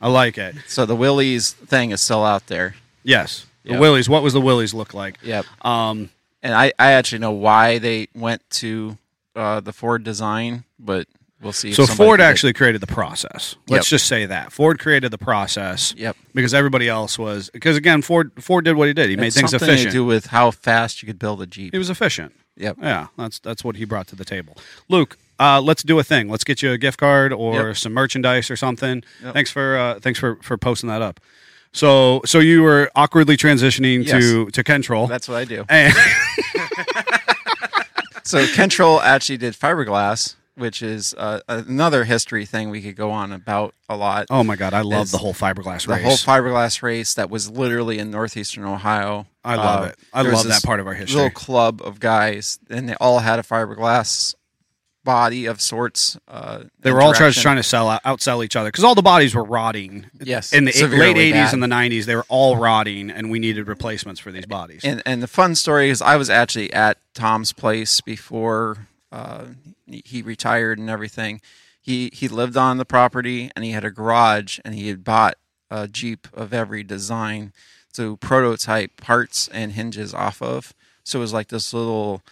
[SPEAKER 5] I like it.
[SPEAKER 3] So the Willys thing is still out there.
[SPEAKER 5] Yes, the
[SPEAKER 3] Yep.
[SPEAKER 5] Willys. What was the Willys look like?
[SPEAKER 3] Yep.
[SPEAKER 5] Um,
[SPEAKER 3] And I, I actually know why they went to uh, the Ford design, but we'll see. if
[SPEAKER 5] so
[SPEAKER 3] somebody
[SPEAKER 5] Ford
[SPEAKER 3] can get-
[SPEAKER 5] actually created the process. Let's
[SPEAKER 3] Yep.
[SPEAKER 5] just say that Ford created the process.
[SPEAKER 3] Yep.
[SPEAKER 5] Because everybody else was because again Ford Ford did what he did. He made
[SPEAKER 3] It's
[SPEAKER 5] things
[SPEAKER 3] something
[SPEAKER 5] efficient.
[SPEAKER 3] to do with how fast you could build a Jeep.
[SPEAKER 5] He was efficient.
[SPEAKER 3] Yep.
[SPEAKER 5] Yeah, that's that's what he brought to the table. Luke, uh, let's do a thing. Let's get you a gift card or
[SPEAKER 3] Yep.
[SPEAKER 5] some merchandise or something.
[SPEAKER 3] Yep.
[SPEAKER 5] Thanks for uh, thanks for for posting that up. So so you were awkwardly transitioning to to Kentrol.
[SPEAKER 3] That's what I do.
[SPEAKER 5] and
[SPEAKER 3] So Kentrol actually did fiberglass, which is uh, another history thing we could go on about a lot.
[SPEAKER 5] oh my god, I love
[SPEAKER 3] It's
[SPEAKER 5] the whole fiberglass
[SPEAKER 3] the
[SPEAKER 5] race.
[SPEAKER 3] whole fiberglass race that was literally in northeastern Ohio.
[SPEAKER 5] I love
[SPEAKER 3] Uh,
[SPEAKER 5] it. I
[SPEAKER 3] there was
[SPEAKER 5] love
[SPEAKER 3] this
[SPEAKER 5] that part of our history.
[SPEAKER 3] Little club of guys, and they all had a fiberglass body of sorts. Uh,
[SPEAKER 5] they were all trying,
[SPEAKER 3] interaction.
[SPEAKER 5] trying to sell out, outsell each other because all the bodies were rotting.
[SPEAKER 3] Yes,
[SPEAKER 5] in the eight-
[SPEAKER 3] severely
[SPEAKER 5] late eighties
[SPEAKER 3] bad.
[SPEAKER 5] and the nineties, they were all rotting, and we needed replacements for these bodies.
[SPEAKER 3] And and the fun story is I was actually at Tom's place before uh, he retired and everything. He he lived on the property and he had a garage and he had bought a Jeep of every design to prototype parts and hinges off of. So it was like this little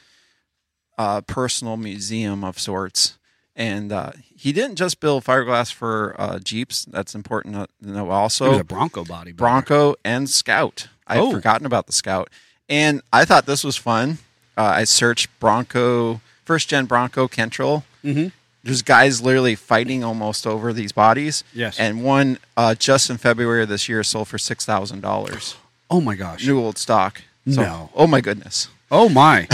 [SPEAKER 3] uh, personal museum of sorts. And uh, he didn't just build fiberglass for uh, Jeeps. That's important to know also.
[SPEAKER 5] it was a Bronco body.
[SPEAKER 3] Bronco and Scout. I had
[SPEAKER 5] Oh.
[SPEAKER 3] forgotten about the Scout, and I thought this was fun. Uh, I searched Bronco first gen Bronco Kentrel. Mm-hmm. There's guys literally fighting almost over these bodies.
[SPEAKER 5] Yes.
[SPEAKER 3] and one uh, just in February of this year sold for six thousand dollars,
[SPEAKER 5] Oh my gosh.
[SPEAKER 3] new old stock. So,
[SPEAKER 5] No.
[SPEAKER 3] oh my goodness.
[SPEAKER 5] Oh my!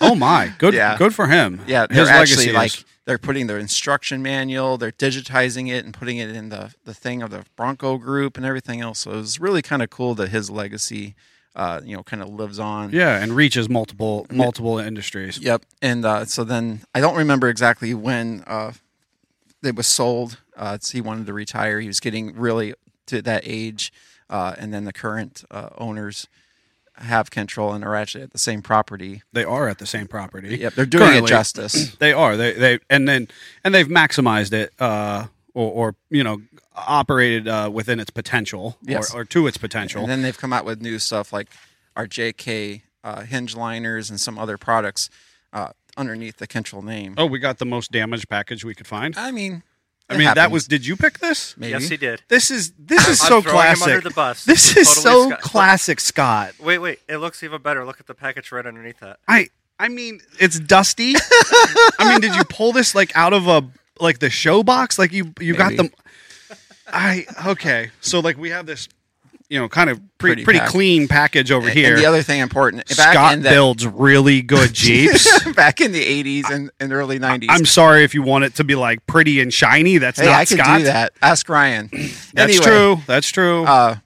[SPEAKER 5] oh my! Good,
[SPEAKER 3] Yeah.
[SPEAKER 5] good for him.
[SPEAKER 3] Yeah, they're actually
[SPEAKER 5] is-
[SPEAKER 3] like they're putting their instruction manual, they're digitizing it and putting it in the the thing of the Bronco group and everything else. So it was really kind of cool that his legacy, uh, you know, kind of lives on.
[SPEAKER 5] yeah, and reaches multiple multiple industries.
[SPEAKER 3] Yep. And uh, so then I don't remember exactly when uh, it was sold. Uh, it's- he wanted to retire. He was getting really to that age, uh, and then the current uh, owners have control and are actually at the same property.
[SPEAKER 5] They are at the same property.
[SPEAKER 3] Yep, they're doing it
[SPEAKER 5] Currently,
[SPEAKER 3] justice.
[SPEAKER 5] They are. They they and then and they've maximized it, uh, or, or you know, operated uh, within its potential,
[SPEAKER 3] Yes.
[SPEAKER 5] or, or to its potential.
[SPEAKER 3] And then they've come out with new stuff like our JK uh, hinge liners and some other products uh, underneath the Kentrel name.
[SPEAKER 5] oh, we got the most damaged package we could find.
[SPEAKER 3] I mean,
[SPEAKER 5] I
[SPEAKER 3] it
[SPEAKER 5] mean, that
[SPEAKER 3] happens.
[SPEAKER 5] was. Did you pick this?
[SPEAKER 3] maybe.
[SPEAKER 6] Yes, he did.
[SPEAKER 5] This is this is
[SPEAKER 6] I'm
[SPEAKER 5] so
[SPEAKER 6] throwing him
[SPEAKER 5] classic.
[SPEAKER 6] under the bus.
[SPEAKER 5] This
[SPEAKER 6] This is
[SPEAKER 5] is
[SPEAKER 6] totally
[SPEAKER 5] so
[SPEAKER 6] Scott-
[SPEAKER 5] classic, Scott.
[SPEAKER 6] Wait, wait. It looks even better. Look at the package right underneath that.
[SPEAKER 5] I I mean, it's dusty. I mean, did you pull this like out of a like the show box? Like you you got
[SPEAKER 3] Maybe.
[SPEAKER 5] them. I okay. So like we have this, you know, kind of pre- pretty,
[SPEAKER 3] Pretty pack-
[SPEAKER 5] clean package over
[SPEAKER 3] And-
[SPEAKER 5] here.
[SPEAKER 3] And the other thing important back
[SPEAKER 5] Scott
[SPEAKER 3] in the,
[SPEAKER 5] builds really good jeeps.
[SPEAKER 3] back in the 80s and, and early 90s.
[SPEAKER 5] I'm sorry if you want it to be like pretty and shiny. That's
[SPEAKER 3] hey,
[SPEAKER 5] not
[SPEAKER 3] I can
[SPEAKER 5] Scott.
[SPEAKER 3] do that. Ask Ryan.
[SPEAKER 5] That's
[SPEAKER 3] Anyway,
[SPEAKER 5] true. That's true.
[SPEAKER 3] Uh,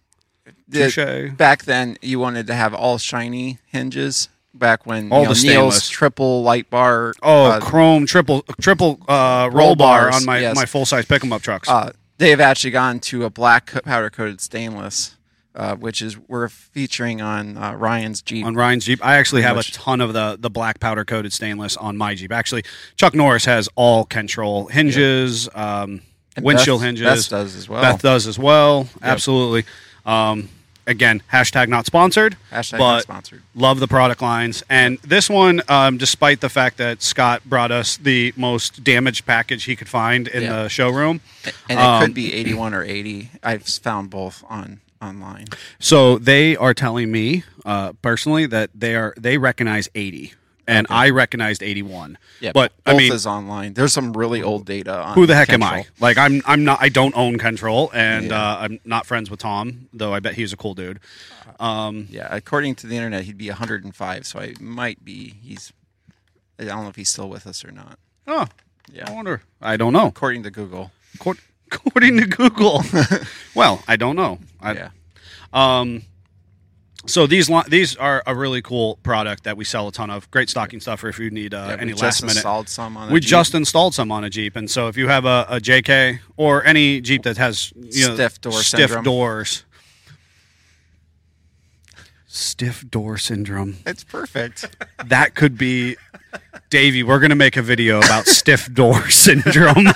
[SPEAKER 3] the-
[SPEAKER 5] Touche.
[SPEAKER 3] back then, you wanted to have all shiny hinges. back when
[SPEAKER 5] All
[SPEAKER 3] you know,
[SPEAKER 5] the
[SPEAKER 3] Neil's
[SPEAKER 5] stainless.
[SPEAKER 3] triple light bar.
[SPEAKER 5] Oh,
[SPEAKER 3] uh,
[SPEAKER 5] chrome triple triple uh, roll,
[SPEAKER 3] Roll
[SPEAKER 5] bar
[SPEAKER 3] bars,
[SPEAKER 5] on my
[SPEAKER 3] yes.
[SPEAKER 5] my full size pick 'em up trucks.
[SPEAKER 3] uh, they've actually gone to a black co- powder coated stainless, uh, which is we're featuring on uh, Ryan's Jeep.
[SPEAKER 5] on Ryan's Jeep. I actually have a
[SPEAKER 3] Which-
[SPEAKER 5] ton of the the black powder coated stainless on my Jeep. Actually, Chuck Norris has all control hinges, um,
[SPEAKER 3] And
[SPEAKER 5] windshield
[SPEAKER 3] Beth-
[SPEAKER 5] hinges.
[SPEAKER 3] Beth does as well.
[SPEAKER 5] Beth does as well. Absolutely. Um, again, hashtag not sponsored.
[SPEAKER 3] Hashtag
[SPEAKER 5] but
[SPEAKER 3] not sponsored.
[SPEAKER 5] Love the product lines, and this one, um, despite the fact that Scott brought us the most damaged package he could find in
[SPEAKER 3] Yeah.
[SPEAKER 5] the showroom,
[SPEAKER 3] and it
[SPEAKER 5] um,
[SPEAKER 3] could be 81 or 80. I've found both on online.
[SPEAKER 5] So they are telling me uh, personally that they are they recognize eighty, and I recognized eighty one. but
[SPEAKER 3] both
[SPEAKER 5] I mean,
[SPEAKER 3] is online. There's some really old data. on
[SPEAKER 5] who the heck am I?
[SPEAKER 3] Control.
[SPEAKER 5] Like I'm I'm not I don't own Control, and uh, I'm not friends with Tom, though I bet he's a cool dude. Um,
[SPEAKER 3] Yeah, according to the internet, he'd be 105. So I might be. He's. I don't know if he's still with us or not.
[SPEAKER 5] oh,
[SPEAKER 3] Yeah.
[SPEAKER 5] I wonder. I don't know.
[SPEAKER 3] According to Google.
[SPEAKER 5] Acor- According to Google, well, I don't know. I,
[SPEAKER 3] yeah.
[SPEAKER 5] Um, so these li- these are a really cool product that we sell a ton of. Great stocking stuffer if you need uh,
[SPEAKER 3] yeah
[SPEAKER 5] any last
[SPEAKER 3] we just
[SPEAKER 5] minute.
[SPEAKER 3] installed some on. a
[SPEAKER 5] we
[SPEAKER 3] Jeep.
[SPEAKER 5] just installed some on a Jeep, and so if you have a, a JK or any Jeep that has you know,
[SPEAKER 3] Stiff door
[SPEAKER 5] stiff
[SPEAKER 3] syndrome.
[SPEAKER 5] doors, stiff door syndrome,
[SPEAKER 3] It's perfect.
[SPEAKER 5] that could be Davey. We're gonna make a video about stiff door syndrome.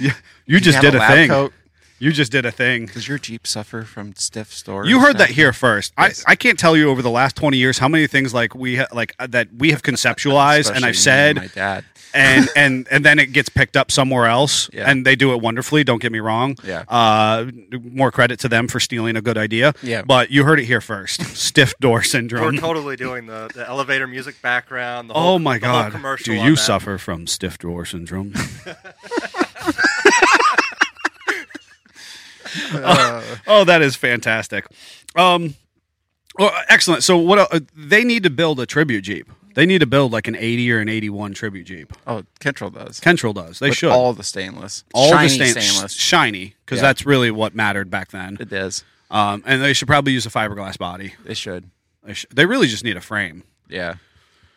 [SPEAKER 5] You- you just
[SPEAKER 3] have
[SPEAKER 5] did a,
[SPEAKER 3] a lab
[SPEAKER 5] thing.
[SPEAKER 3] coat?
[SPEAKER 5] You just did a thing.
[SPEAKER 3] Does your Jeep suffer from stiff stores?
[SPEAKER 5] You heard that
[SPEAKER 3] Now?
[SPEAKER 5] here first. I, I can't tell you over the last twenty years how many things like we ha- like uh, that we have conceptualized and I've
[SPEAKER 3] Especially me
[SPEAKER 5] said
[SPEAKER 3] my dad.
[SPEAKER 5] and and and then it gets picked up somewhere else,
[SPEAKER 3] Yeah.
[SPEAKER 5] and they do it wonderfully. Don't get me wrong.
[SPEAKER 3] Yeah.
[SPEAKER 5] Uh, more credit to them for stealing a good idea.
[SPEAKER 3] Yeah.
[SPEAKER 5] But you heard it here first. Stiff door
[SPEAKER 6] We're
[SPEAKER 5] syndrome.
[SPEAKER 6] totally doing the, the elevator music background. The whole,
[SPEAKER 5] Oh my
[SPEAKER 6] the whole
[SPEAKER 5] God!
[SPEAKER 6] commercial
[SPEAKER 5] Do
[SPEAKER 6] on
[SPEAKER 5] you
[SPEAKER 6] that.
[SPEAKER 5] suffer from stiff door syndrome? oh, that is fantastic. Um, well, excellent. So, what el- uh, they need to build a tribute jeep? They need to build like an eighty or an eighty-one tribute jeep.
[SPEAKER 3] Oh, Kentrell does.
[SPEAKER 5] Kentrell does. They
[SPEAKER 3] With
[SPEAKER 5] should
[SPEAKER 3] all the stainless,
[SPEAKER 5] all
[SPEAKER 3] shiny
[SPEAKER 5] the stain-
[SPEAKER 3] stainless.
[SPEAKER 5] shiny because
[SPEAKER 3] Yeah.
[SPEAKER 5] that's really what mattered back then.
[SPEAKER 3] it is.
[SPEAKER 5] Um, and they should probably use a fiberglass body.
[SPEAKER 3] It should.
[SPEAKER 5] They, sh- they really just need a frame.
[SPEAKER 3] Yeah,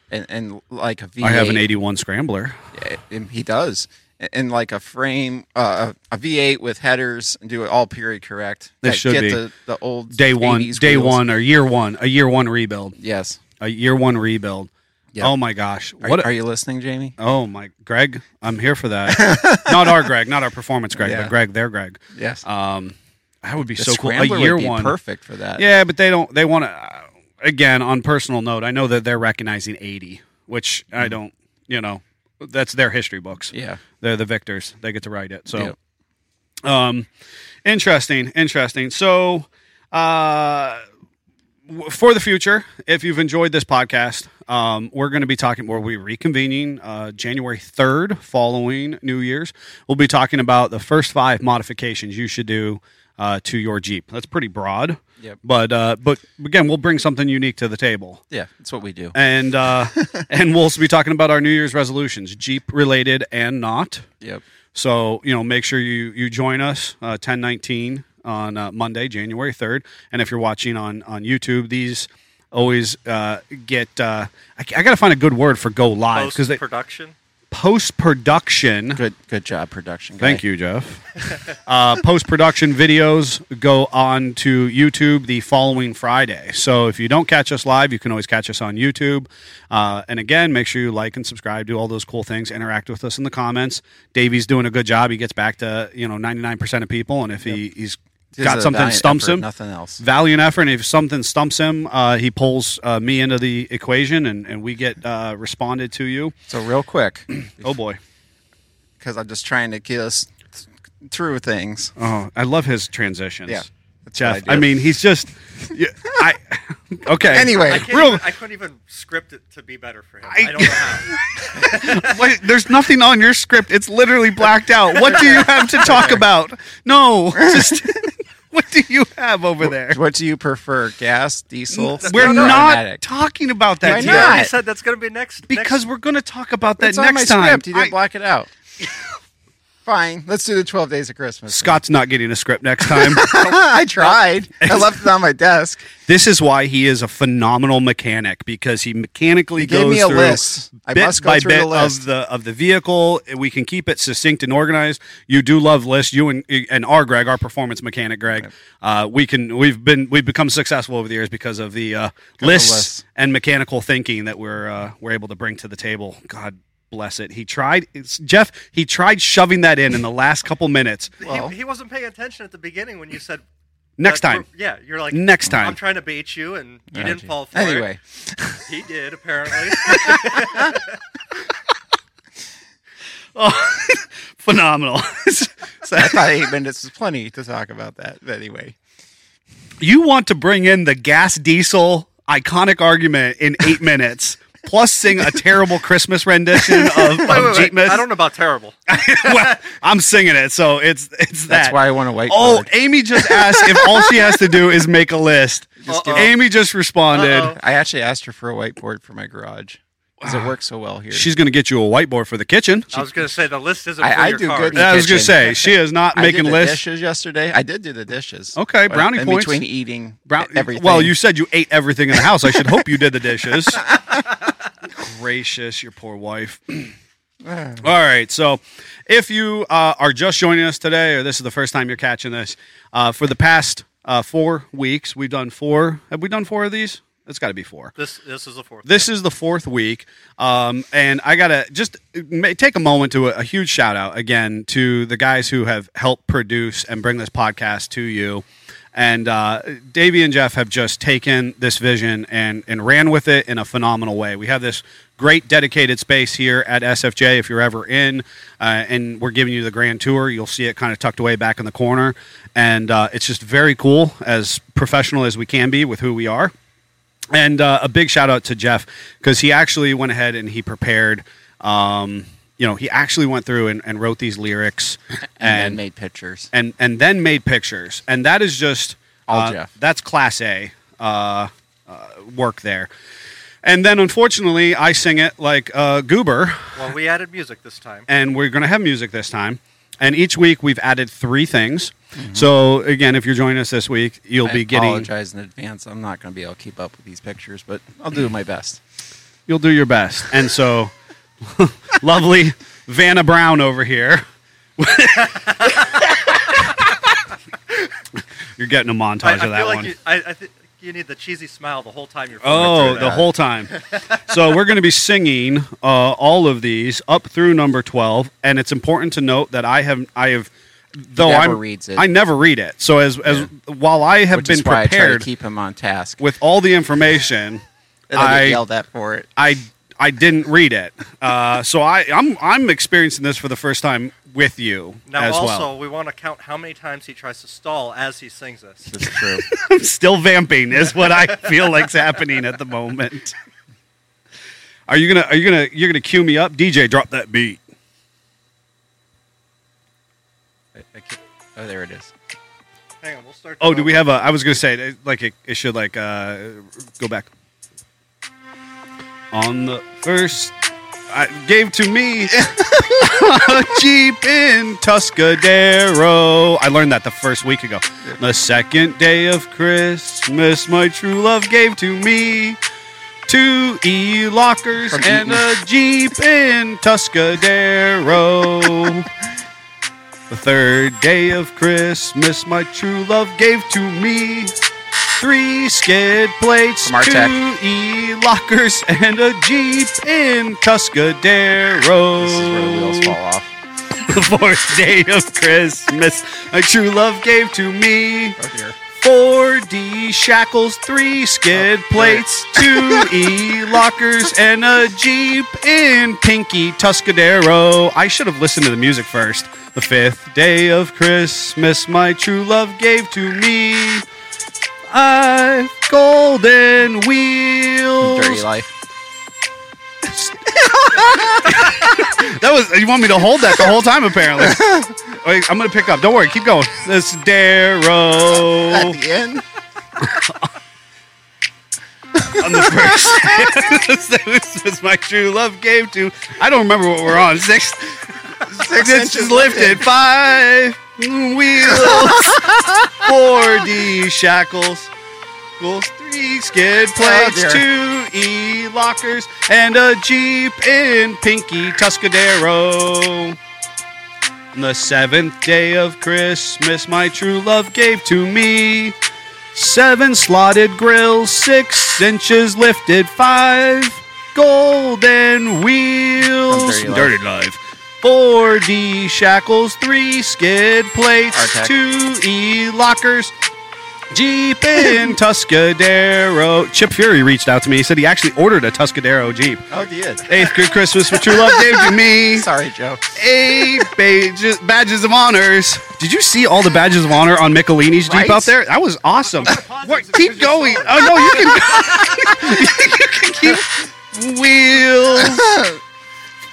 [SPEAKER 3] and and like a V8.
[SPEAKER 5] I have an 81 scrambler.
[SPEAKER 3] Yeah, and he does. And- And like a frame, uh, a a V8 with headers, and do it all period correct.
[SPEAKER 5] They
[SPEAKER 3] That
[SPEAKER 5] should
[SPEAKER 3] get
[SPEAKER 5] be.
[SPEAKER 3] the, the old
[SPEAKER 5] Day one,
[SPEAKER 3] 80s
[SPEAKER 5] day
[SPEAKER 3] wheels.
[SPEAKER 5] one, or year one, a year one rebuild,
[SPEAKER 3] Yes.
[SPEAKER 5] a year one rebuild.
[SPEAKER 3] Yeah.
[SPEAKER 5] Oh my gosh!
[SPEAKER 3] Are,
[SPEAKER 5] What? a-
[SPEAKER 3] are you listening, Jamie?
[SPEAKER 5] oh my, Greg, I'm here for that. not our Greg, not our performance Greg,
[SPEAKER 3] Yeah.
[SPEAKER 5] but Greg, their Greg.
[SPEAKER 3] Yes.
[SPEAKER 5] Um, that would be
[SPEAKER 3] The
[SPEAKER 5] so cool. A
[SPEAKER 3] Scrambler
[SPEAKER 5] year
[SPEAKER 3] would be
[SPEAKER 5] one,
[SPEAKER 3] perfect for that.
[SPEAKER 5] Yeah, but they don't. They want to. Uh, again, on personal note, I know that they're recognizing eighty, which I don't. You know, that's their history books.
[SPEAKER 3] Mm-hmm. Yeah.
[SPEAKER 5] they're the victors. They get to write it. So, um, interesting, interesting. So, uh, w- for the future, if you've enjoyed this podcast, um, we're going to be talking. We'll be reconvening uh, January third, following New Year's. We'll be talking about the first five modifications you should do uh, to your Jeep. That's pretty broad.
[SPEAKER 3] Yep.
[SPEAKER 5] But uh, but again, we'll bring something unique to the table
[SPEAKER 3] Yeah. That's what we do.
[SPEAKER 5] and uh, and we'll also be talking about our New Year's resolutions, Jeep related and not.
[SPEAKER 3] Yep.
[SPEAKER 5] So you know, make sure you you join us uh, ten nineteen on uh, Monday, January third. And if you're watching on on YouTube, these always uh, get. Uh, I, I got to find a good word for go live because they
[SPEAKER 6] production.
[SPEAKER 5] post production.
[SPEAKER 3] Good. Good job, production.
[SPEAKER 5] Thank you, Jeff. uh, Post production videos go on to YouTube the following Friday. So if you don't catch us live, you can always catch us on YouTube. Uh, and again, make sure you like and subscribe, do all those cool things, interact with us in the comments. Davey's doing a good job. He gets back to you know ninety nine percent of people, and if he, he's
[SPEAKER 3] This
[SPEAKER 5] got
[SPEAKER 3] is a
[SPEAKER 5] something
[SPEAKER 3] valiant
[SPEAKER 5] stumps
[SPEAKER 3] effort,
[SPEAKER 5] him,
[SPEAKER 3] Nothing else.
[SPEAKER 5] valiant effort. And if something stumps him, uh, he pulls uh, me into the equation, and, and we get uh, responded to you.
[SPEAKER 3] So real quick,
[SPEAKER 5] Oh boy.
[SPEAKER 3] because I'm just trying to get us th- through things.
[SPEAKER 5] Oh, I love his transitions.
[SPEAKER 3] Yeah, that's
[SPEAKER 5] Jeff.
[SPEAKER 3] what
[SPEAKER 5] I,
[SPEAKER 3] I do.
[SPEAKER 5] mean, he's just. yeah, I okay.
[SPEAKER 3] Anyway.
[SPEAKER 6] I, can't
[SPEAKER 5] Real-
[SPEAKER 6] even, I couldn't even script it to be better for him. I, don't know how.
[SPEAKER 5] wait, there's nothing on your script. It's literally blacked out. What do you have to talk about? No, just what do you have over there?
[SPEAKER 3] What do you prefer, gas, diesel?
[SPEAKER 5] We're
[SPEAKER 3] or
[SPEAKER 5] not
[SPEAKER 3] automatic?
[SPEAKER 5] talking about that
[SPEAKER 3] Why
[SPEAKER 5] yet.
[SPEAKER 6] You already
[SPEAKER 3] not?
[SPEAKER 6] said that's going to be next.
[SPEAKER 5] Because
[SPEAKER 6] next,
[SPEAKER 5] we're going to talk about that
[SPEAKER 3] It's on my
[SPEAKER 5] next time.
[SPEAKER 3] script. You didn't
[SPEAKER 5] I-
[SPEAKER 3] black it out.
[SPEAKER 4] Fine, let's do the 12 days of Christmas.
[SPEAKER 5] Scott's not getting a script next time.
[SPEAKER 4] I tried. I left it on my desk.
[SPEAKER 5] this is why he is a phenomenal mechanic because he mechanically
[SPEAKER 4] He
[SPEAKER 5] goes
[SPEAKER 4] gave me a
[SPEAKER 5] through
[SPEAKER 4] list. I
[SPEAKER 5] bit
[SPEAKER 4] must go
[SPEAKER 5] by
[SPEAKER 4] through
[SPEAKER 5] bit
[SPEAKER 4] the list.
[SPEAKER 5] of the of the vehicle. We can keep it succinct and organized. You do love lists. You and and our Greg, our performance mechanic Greg, uh, we can we've been we've become successful over the years because of the uh, lists
[SPEAKER 4] lists.
[SPEAKER 5] and mechanical thinking that we're uh, we're able to bring to the table. God. Bless it. He tried, it's, Jeff. He tried shoving that in in the last couple minutes.
[SPEAKER 4] Well-
[SPEAKER 6] he, he wasn't paying attention at the beginning when you said
[SPEAKER 5] Next
[SPEAKER 6] that-
[SPEAKER 5] time,
[SPEAKER 6] Yeah, you're like
[SPEAKER 5] Next time.
[SPEAKER 6] I'm trying to bait you, and you didn't fall for
[SPEAKER 3] Oh, Anyway,
[SPEAKER 6] it. he did apparently.
[SPEAKER 5] phenomenal.
[SPEAKER 3] I thought eight minutes was plenty to talk about that. But anyway,
[SPEAKER 5] you want to bring in the gas diesel iconic argument in eight minutes, plus sing a terrible Christmas rendition of, of
[SPEAKER 6] Wait,
[SPEAKER 5] Jeepmas.
[SPEAKER 6] I don't know about terrible.
[SPEAKER 5] well, I'm singing it, so it's it's that.
[SPEAKER 3] that's why I want a white
[SPEAKER 5] Oh,
[SPEAKER 3] card.
[SPEAKER 5] Amy just asked if all she has to do is make a list.
[SPEAKER 6] do it.
[SPEAKER 5] Amy just responded.
[SPEAKER 6] Uh-oh.
[SPEAKER 3] I actually asked her for a whiteboard for my garage because it works so well here.
[SPEAKER 5] She's going to get you a whiteboard for the kitchen.
[SPEAKER 6] I was gonna say the list isn't
[SPEAKER 3] I-
[SPEAKER 6] for
[SPEAKER 3] I
[SPEAKER 6] your
[SPEAKER 3] do
[SPEAKER 6] card.
[SPEAKER 3] good in the
[SPEAKER 5] I was going to say
[SPEAKER 3] kitchen.
[SPEAKER 5] she is not
[SPEAKER 3] I
[SPEAKER 5] making
[SPEAKER 3] did the
[SPEAKER 5] lists.
[SPEAKER 3] dishes yesterday. I did do the dishes.
[SPEAKER 5] Okay,
[SPEAKER 3] But
[SPEAKER 5] brownie
[SPEAKER 3] in
[SPEAKER 5] points.
[SPEAKER 3] between eating
[SPEAKER 5] Brown-
[SPEAKER 3] everything.
[SPEAKER 5] Well, you said you ate everything in the house. I should hope you did the dishes. Gracious, your poor wife. All right. So, if you uh, are just joining us today, or this is the first time you're catching this, uh, for the past uh, four weeks, we've done four. Have we done four of these? It's got to be four.
[SPEAKER 6] This this is the fourth.
[SPEAKER 5] This is the fourth week, um, and I gotta just ma- take a moment to a, a huge shout out again to the guys who have helped produce and bring this podcast to you. And uh, Davey and Jeff have just taken this vision and and ran with it in a phenomenal way. We have this great dedicated space here at SFJ. If you're ever in, uh, and we're giving you the grand tour, you'll see it kind of tucked away back in the corner, and uh, it's just very cool. As professional as we can be with who we are. And uh, a big shout out to Jeff because he actually went ahead and he prepared. Um, you know, he actually went through and, and wrote these lyrics
[SPEAKER 3] and then made pictures.
[SPEAKER 5] and and then made pictures, and that is just
[SPEAKER 3] All
[SPEAKER 5] uh,
[SPEAKER 3] Jeff.
[SPEAKER 5] That's class A uh, uh, work there. And then, unfortunately, I sing it like a goober,
[SPEAKER 6] well, we added music this time.
[SPEAKER 5] and we're going to have music this time. And each week we've added three things. So again, if you're joining us this week, you'll
[SPEAKER 3] Mm-hmm. I
[SPEAKER 5] be getting
[SPEAKER 3] apologize in advance. I'm not going to be able to keep up with these pictures, but I'll do my best.
[SPEAKER 5] you'll do your best. And so, lovely Vanna Brown over here. You're getting a montage
[SPEAKER 6] I, I
[SPEAKER 5] of
[SPEAKER 6] feel
[SPEAKER 5] that
[SPEAKER 6] like
[SPEAKER 5] one.
[SPEAKER 6] you, I, I think you need the cheesy smile the whole time you're.
[SPEAKER 5] Oh,
[SPEAKER 6] flipping through
[SPEAKER 5] the
[SPEAKER 6] that.
[SPEAKER 5] whole time. so we're going to be singing uh, all of these up through number twelve, and it's important to note that I have I have though
[SPEAKER 3] never
[SPEAKER 5] I'm
[SPEAKER 3] reads it.
[SPEAKER 5] I never read it. So as as while I have
[SPEAKER 3] Which
[SPEAKER 5] been
[SPEAKER 3] is why I try
[SPEAKER 5] prepared
[SPEAKER 3] to keep him on task.
[SPEAKER 5] with all the information,
[SPEAKER 3] and I,
[SPEAKER 5] I-
[SPEAKER 3] get yelled at for it.
[SPEAKER 5] I I didn't read it, uh, so I I'm I'm experiencing this for the first time with you
[SPEAKER 6] Now
[SPEAKER 5] as
[SPEAKER 6] also
[SPEAKER 5] well.
[SPEAKER 6] we want to count how many times he tries to stall as he sings this.
[SPEAKER 3] That's true.
[SPEAKER 5] I'm still vamping is what I feel like's happening at the moment. Are you gonna are you gonna you're gonna cue me up, DJ? Drop that beat.
[SPEAKER 3] I- I keep- oh, there it is.
[SPEAKER 6] Hang on, we'll start.
[SPEAKER 5] Oh, do we have a? I was gonna say it- like it, it should like uh, go back on the first. I gave to me a Jeep in Tuscadero. I learned that the first week ago. The second day of Christmas, my true love gave to me two e lockers
[SPEAKER 3] From
[SPEAKER 5] and a Jeep in Tuscadero. The third day of Christmas, my true love gave to me three skid plates,
[SPEAKER 3] From Artec.
[SPEAKER 5] two e lockers, and a Jeep in
[SPEAKER 3] This is where the wheels
[SPEAKER 5] Tuscadero.
[SPEAKER 3] fall off.
[SPEAKER 5] The fourth day of Christmas, my true love gave to me
[SPEAKER 3] Oh, dear.
[SPEAKER 5] four D shackles, three skid plates, two E lockers, and a Jeep in Pinky Tuscadero. I should have listened to the music first. The fifth day of Christmas, my true love gave to me. I've golden wheels.
[SPEAKER 3] Dirty life.
[SPEAKER 5] That was you want me to hold that the whole time apparently. Wait, I'm gonna pick up. Don't worry, keep going. This Darrow.
[SPEAKER 4] At the end,
[SPEAKER 5] on the first. this was my true love gave to. I don't remember what we're on. Six.
[SPEAKER 4] Six
[SPEAKER 5] This
[SPEAKER 4] inches
[SPEAKER 5] is lifted by wheels, 4D shackles, wheels, three skid plates,
[SPEAKER 4] dear.
[SPEAKER 5] two E lockers, and a Jeep in Pinky Tuscadero. On the seventh day of Christmas, my true love gave to me seven slotted grills, six inches lifted, five golden wheels,
[SPEAKER 3] Dirty Life.
[SPEAKER 5] dirty life. 4D shackles, three skid plates,
[SPEAKER 3] Artec.
[SPEAKER 5] two E lockers, Jeep in Tuscadero. Chip Fury reached out to me. He said he actually ordered a Tuscadero Jeep.
[SPEAKER 3] Oh, did.
[SPEAKER 5] Eighth good Christmas, my true love gave to me.
[SPEAKER 3] Sorry, Joe.
[SPEAKER 5] Eight badges, badges of honors. Did you see all the badges of honor on Michelini's Jeep
[SPEAKER 3] Right?
[SPEAKER 5] out there? That was awesome. What, keep going. Oh no, you can. you can keep wheels.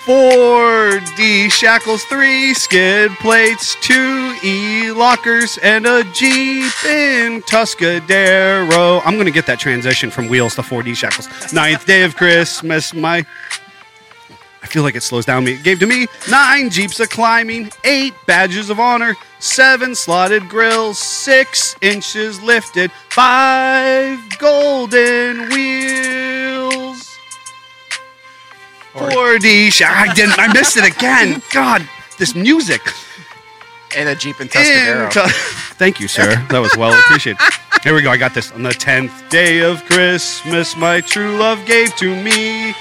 [SPEAKER 5] Four D shackles, three skid plates, two E lockers, and a Jeep in Tuscadero. I'm gonna get that transition from wheels to four D shackles. Ninth day of Christmas, my. I feel like it slows down me. It gave to me nine Jeeps of climbing, eight badges of honor, seven slotted grills, six inches lifted, five golden wheels. 4D. sh- I didn't. I missed it again. God, this music.
[SPEAKER 4] and a Jeep in
[SPEAKER 5] In
[SPEAKER 4] Tuscadero.
[SPEAKER 5] t- Thank you, sir. That was well appreciated. Here we go. I got this. On the tenth day of Christmas, my true love gave to me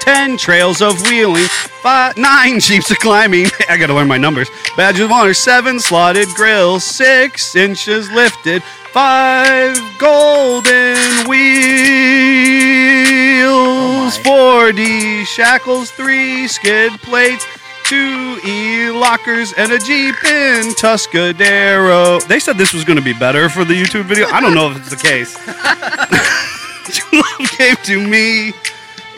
[SPEAKER 5] ten trails of wheeling, five, nine jeeps of climbing. I got to learn my numbers. Badge of honor, seven slotted grills, six inches lifted, five golden wheels, four D shackles, three skid plates. Two E lockers and a Jeep in Tuscadero. They said this was going to be better for the YouTube video. I don't know if it's the case. True Love gave to me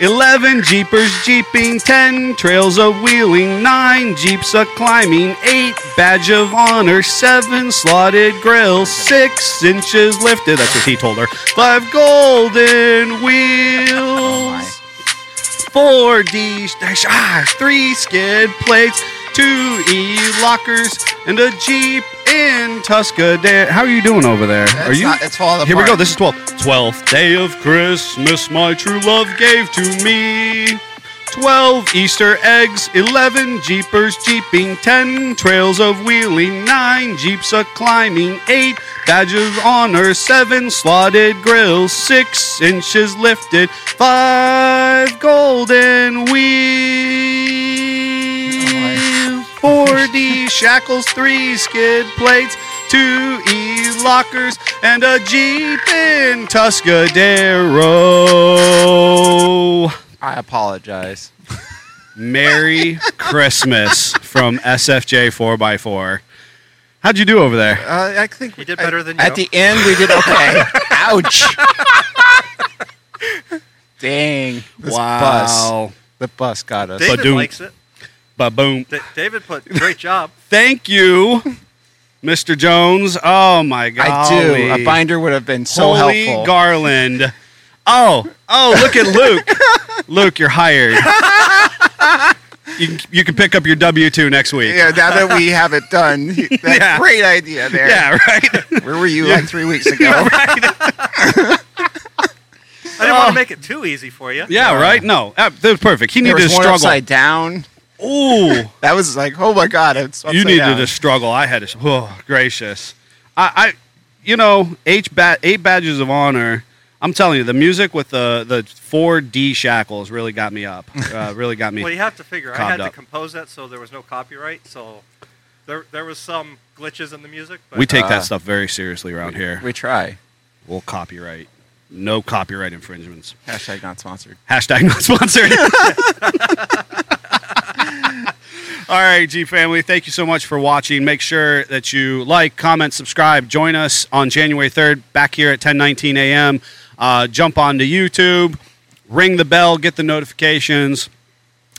[SPEAKER 5] 11 jeepers jeeping, 10 trails of wheeling, 9 jeeps a climbing, 8 badge of honor, 7 slotted grills, 6 inches lifted. That's what he told her. 5 golden wheels, 4 D, ah, 3 skid plates, 2 E lockers, and a jeep in Tuscadero. How are you doing over there? are you?
[SPEAKER 4] not- it's falling
[SPEAKER 5] Here we go.
[SPEAKER 4] apart.
[SPEAKER 5] This is 12. 12th day of Christmas, my true love gave to me. 12 Easter eggs, 11 jeepers jeeping, 10 trails of wheeling, 9 jeeps a climbing, 8 badges of honor, 7 slotted grills, 6 inches lifted, 5 golden wheels, 4D shackles, 3 skid plates, 2 E lockers, and a Jeep in Tuscadero.
[SPEAKER 3] I apologize.
[SPEAKER 5] Merry Christmas from SFJ 4x4. How'd you do over there?
[SPEAKER 3] Uh, I think
[SPEAKER 6] You did better than you.
[SPEAKER 3] At the end, we did okay. Ouch. Dang. This bus. The bus got us.
[SPEAKER 6] David
[SPEAKER 5] Badoom.
[SPEAKER 6] likes it.
[SPEAKER 5] Ba boom.
[SPEAKER 6] Da- David put great job.
[SPEAKER 5] Thank you, Mr. Jones. Oh my God.
[SPEAKER 3] I do. A binder would have been so
[SPEAKER 5] Holy
[SPEAKER 3] helpful.
[SPEAKER 5] Garland. Oh, oh, look at Luke. Luke, you're hired. You can, you can pick up your W 2 next week.
[SPEAKER 4] Yeah, now that we have it done, that's
[SPEAKER 5] Yeah.
[SPEAKER 4] great idea there.
[SPEAKER 5] Yeah, right?
[SPEAKER 4] Where were you like three weeks ago?
[SPEAKER 6] I didn't want to make it too easy for you.
[SPEAKER 5] Oh. Yeah, right? No, uh, that was perfect. He
[SPEAKER 4] There
[SPEAKER 5] needed
[SPEAKER 4] was
[SPEAKER 5] to
[SPEAKER 4] one
[SPEAKER 5] struggle.
[SPEAKER 4] upside down.
[SPEAKER 5] Ooh.
[SPEAKER 4] That was like, oh my god, it's upside
[SPEAKER 5] you needed
[SPEAKER 4] down.
[SPEAKER 5] to struggle. I had to. Oh, gracious. I, I you know, eight, ba- eight badges of honor. I'm telling you, the music with the the four D shackles really got me up. Uh, really got me.
[SPEAKER 6] Well, you have to figure. I
[SPEAKER 5] Calmed
[SPEAKER 6] had
[SPEAKER 5] up.
[SPEAKER 6] to compose that, so there was no copyright. So there, there was some glitches in the music. But
[SPEAKER 5] we take
[SPEAKER 3] Uh,
[SPEAKER 5] that stuff very seriously around here.
[SPEAKER 3] We try.
[SPEAKER 5] We'll copyright. No copyright infringements.
[SPEAKER 3] Hashtag not sponsored.
[SPEAKER 5] Hashtag not sponsored. All right, G family, thank you so much for watching. Make sure that you like, comment, subscribe. Join us on January 3rd back here at 10:19 a.m. Uh, jump onto YouTube, ring the bell, get the notifications,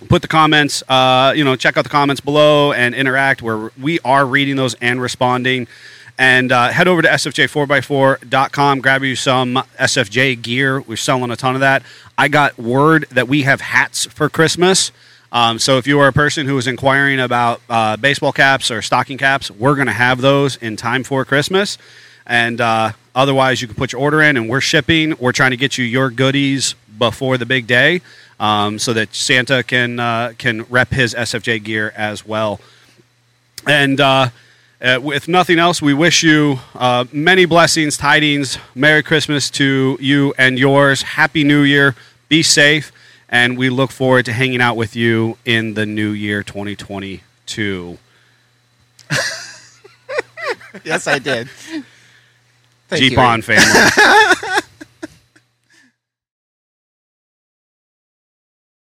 [SPEAKER 5] put the comments, uh, you know, check out the comments below and interact where we are reading those and responding. And uh, head over to sfj4x4.com, grab you some SFJ gear. We're selling a ton of that. I got word that we have hats for Christmas. Um, so if you are a person who is inquiring about uh, baseball caps or stocking caps, we're going to have those in time for Christmas. And uh, otherwise, you can put your order in, and we're shipping. We're trying to get you your goodies before the big day, um, so that Santa can uh, can rep his SFJ gear as well. And uh, uh, if nothing else, we wish you uh, many blessings, tidings, Merry Christmas to you and yours. Happy New Year. Be safe. And we look forward to hanging out with you in the new year 2022.
[SPEAKER 3] Yes, I did. Thank
[SPEAKER 5] Jeep
[SPEAKER 3] you.
[SPEAKER 5] on, family.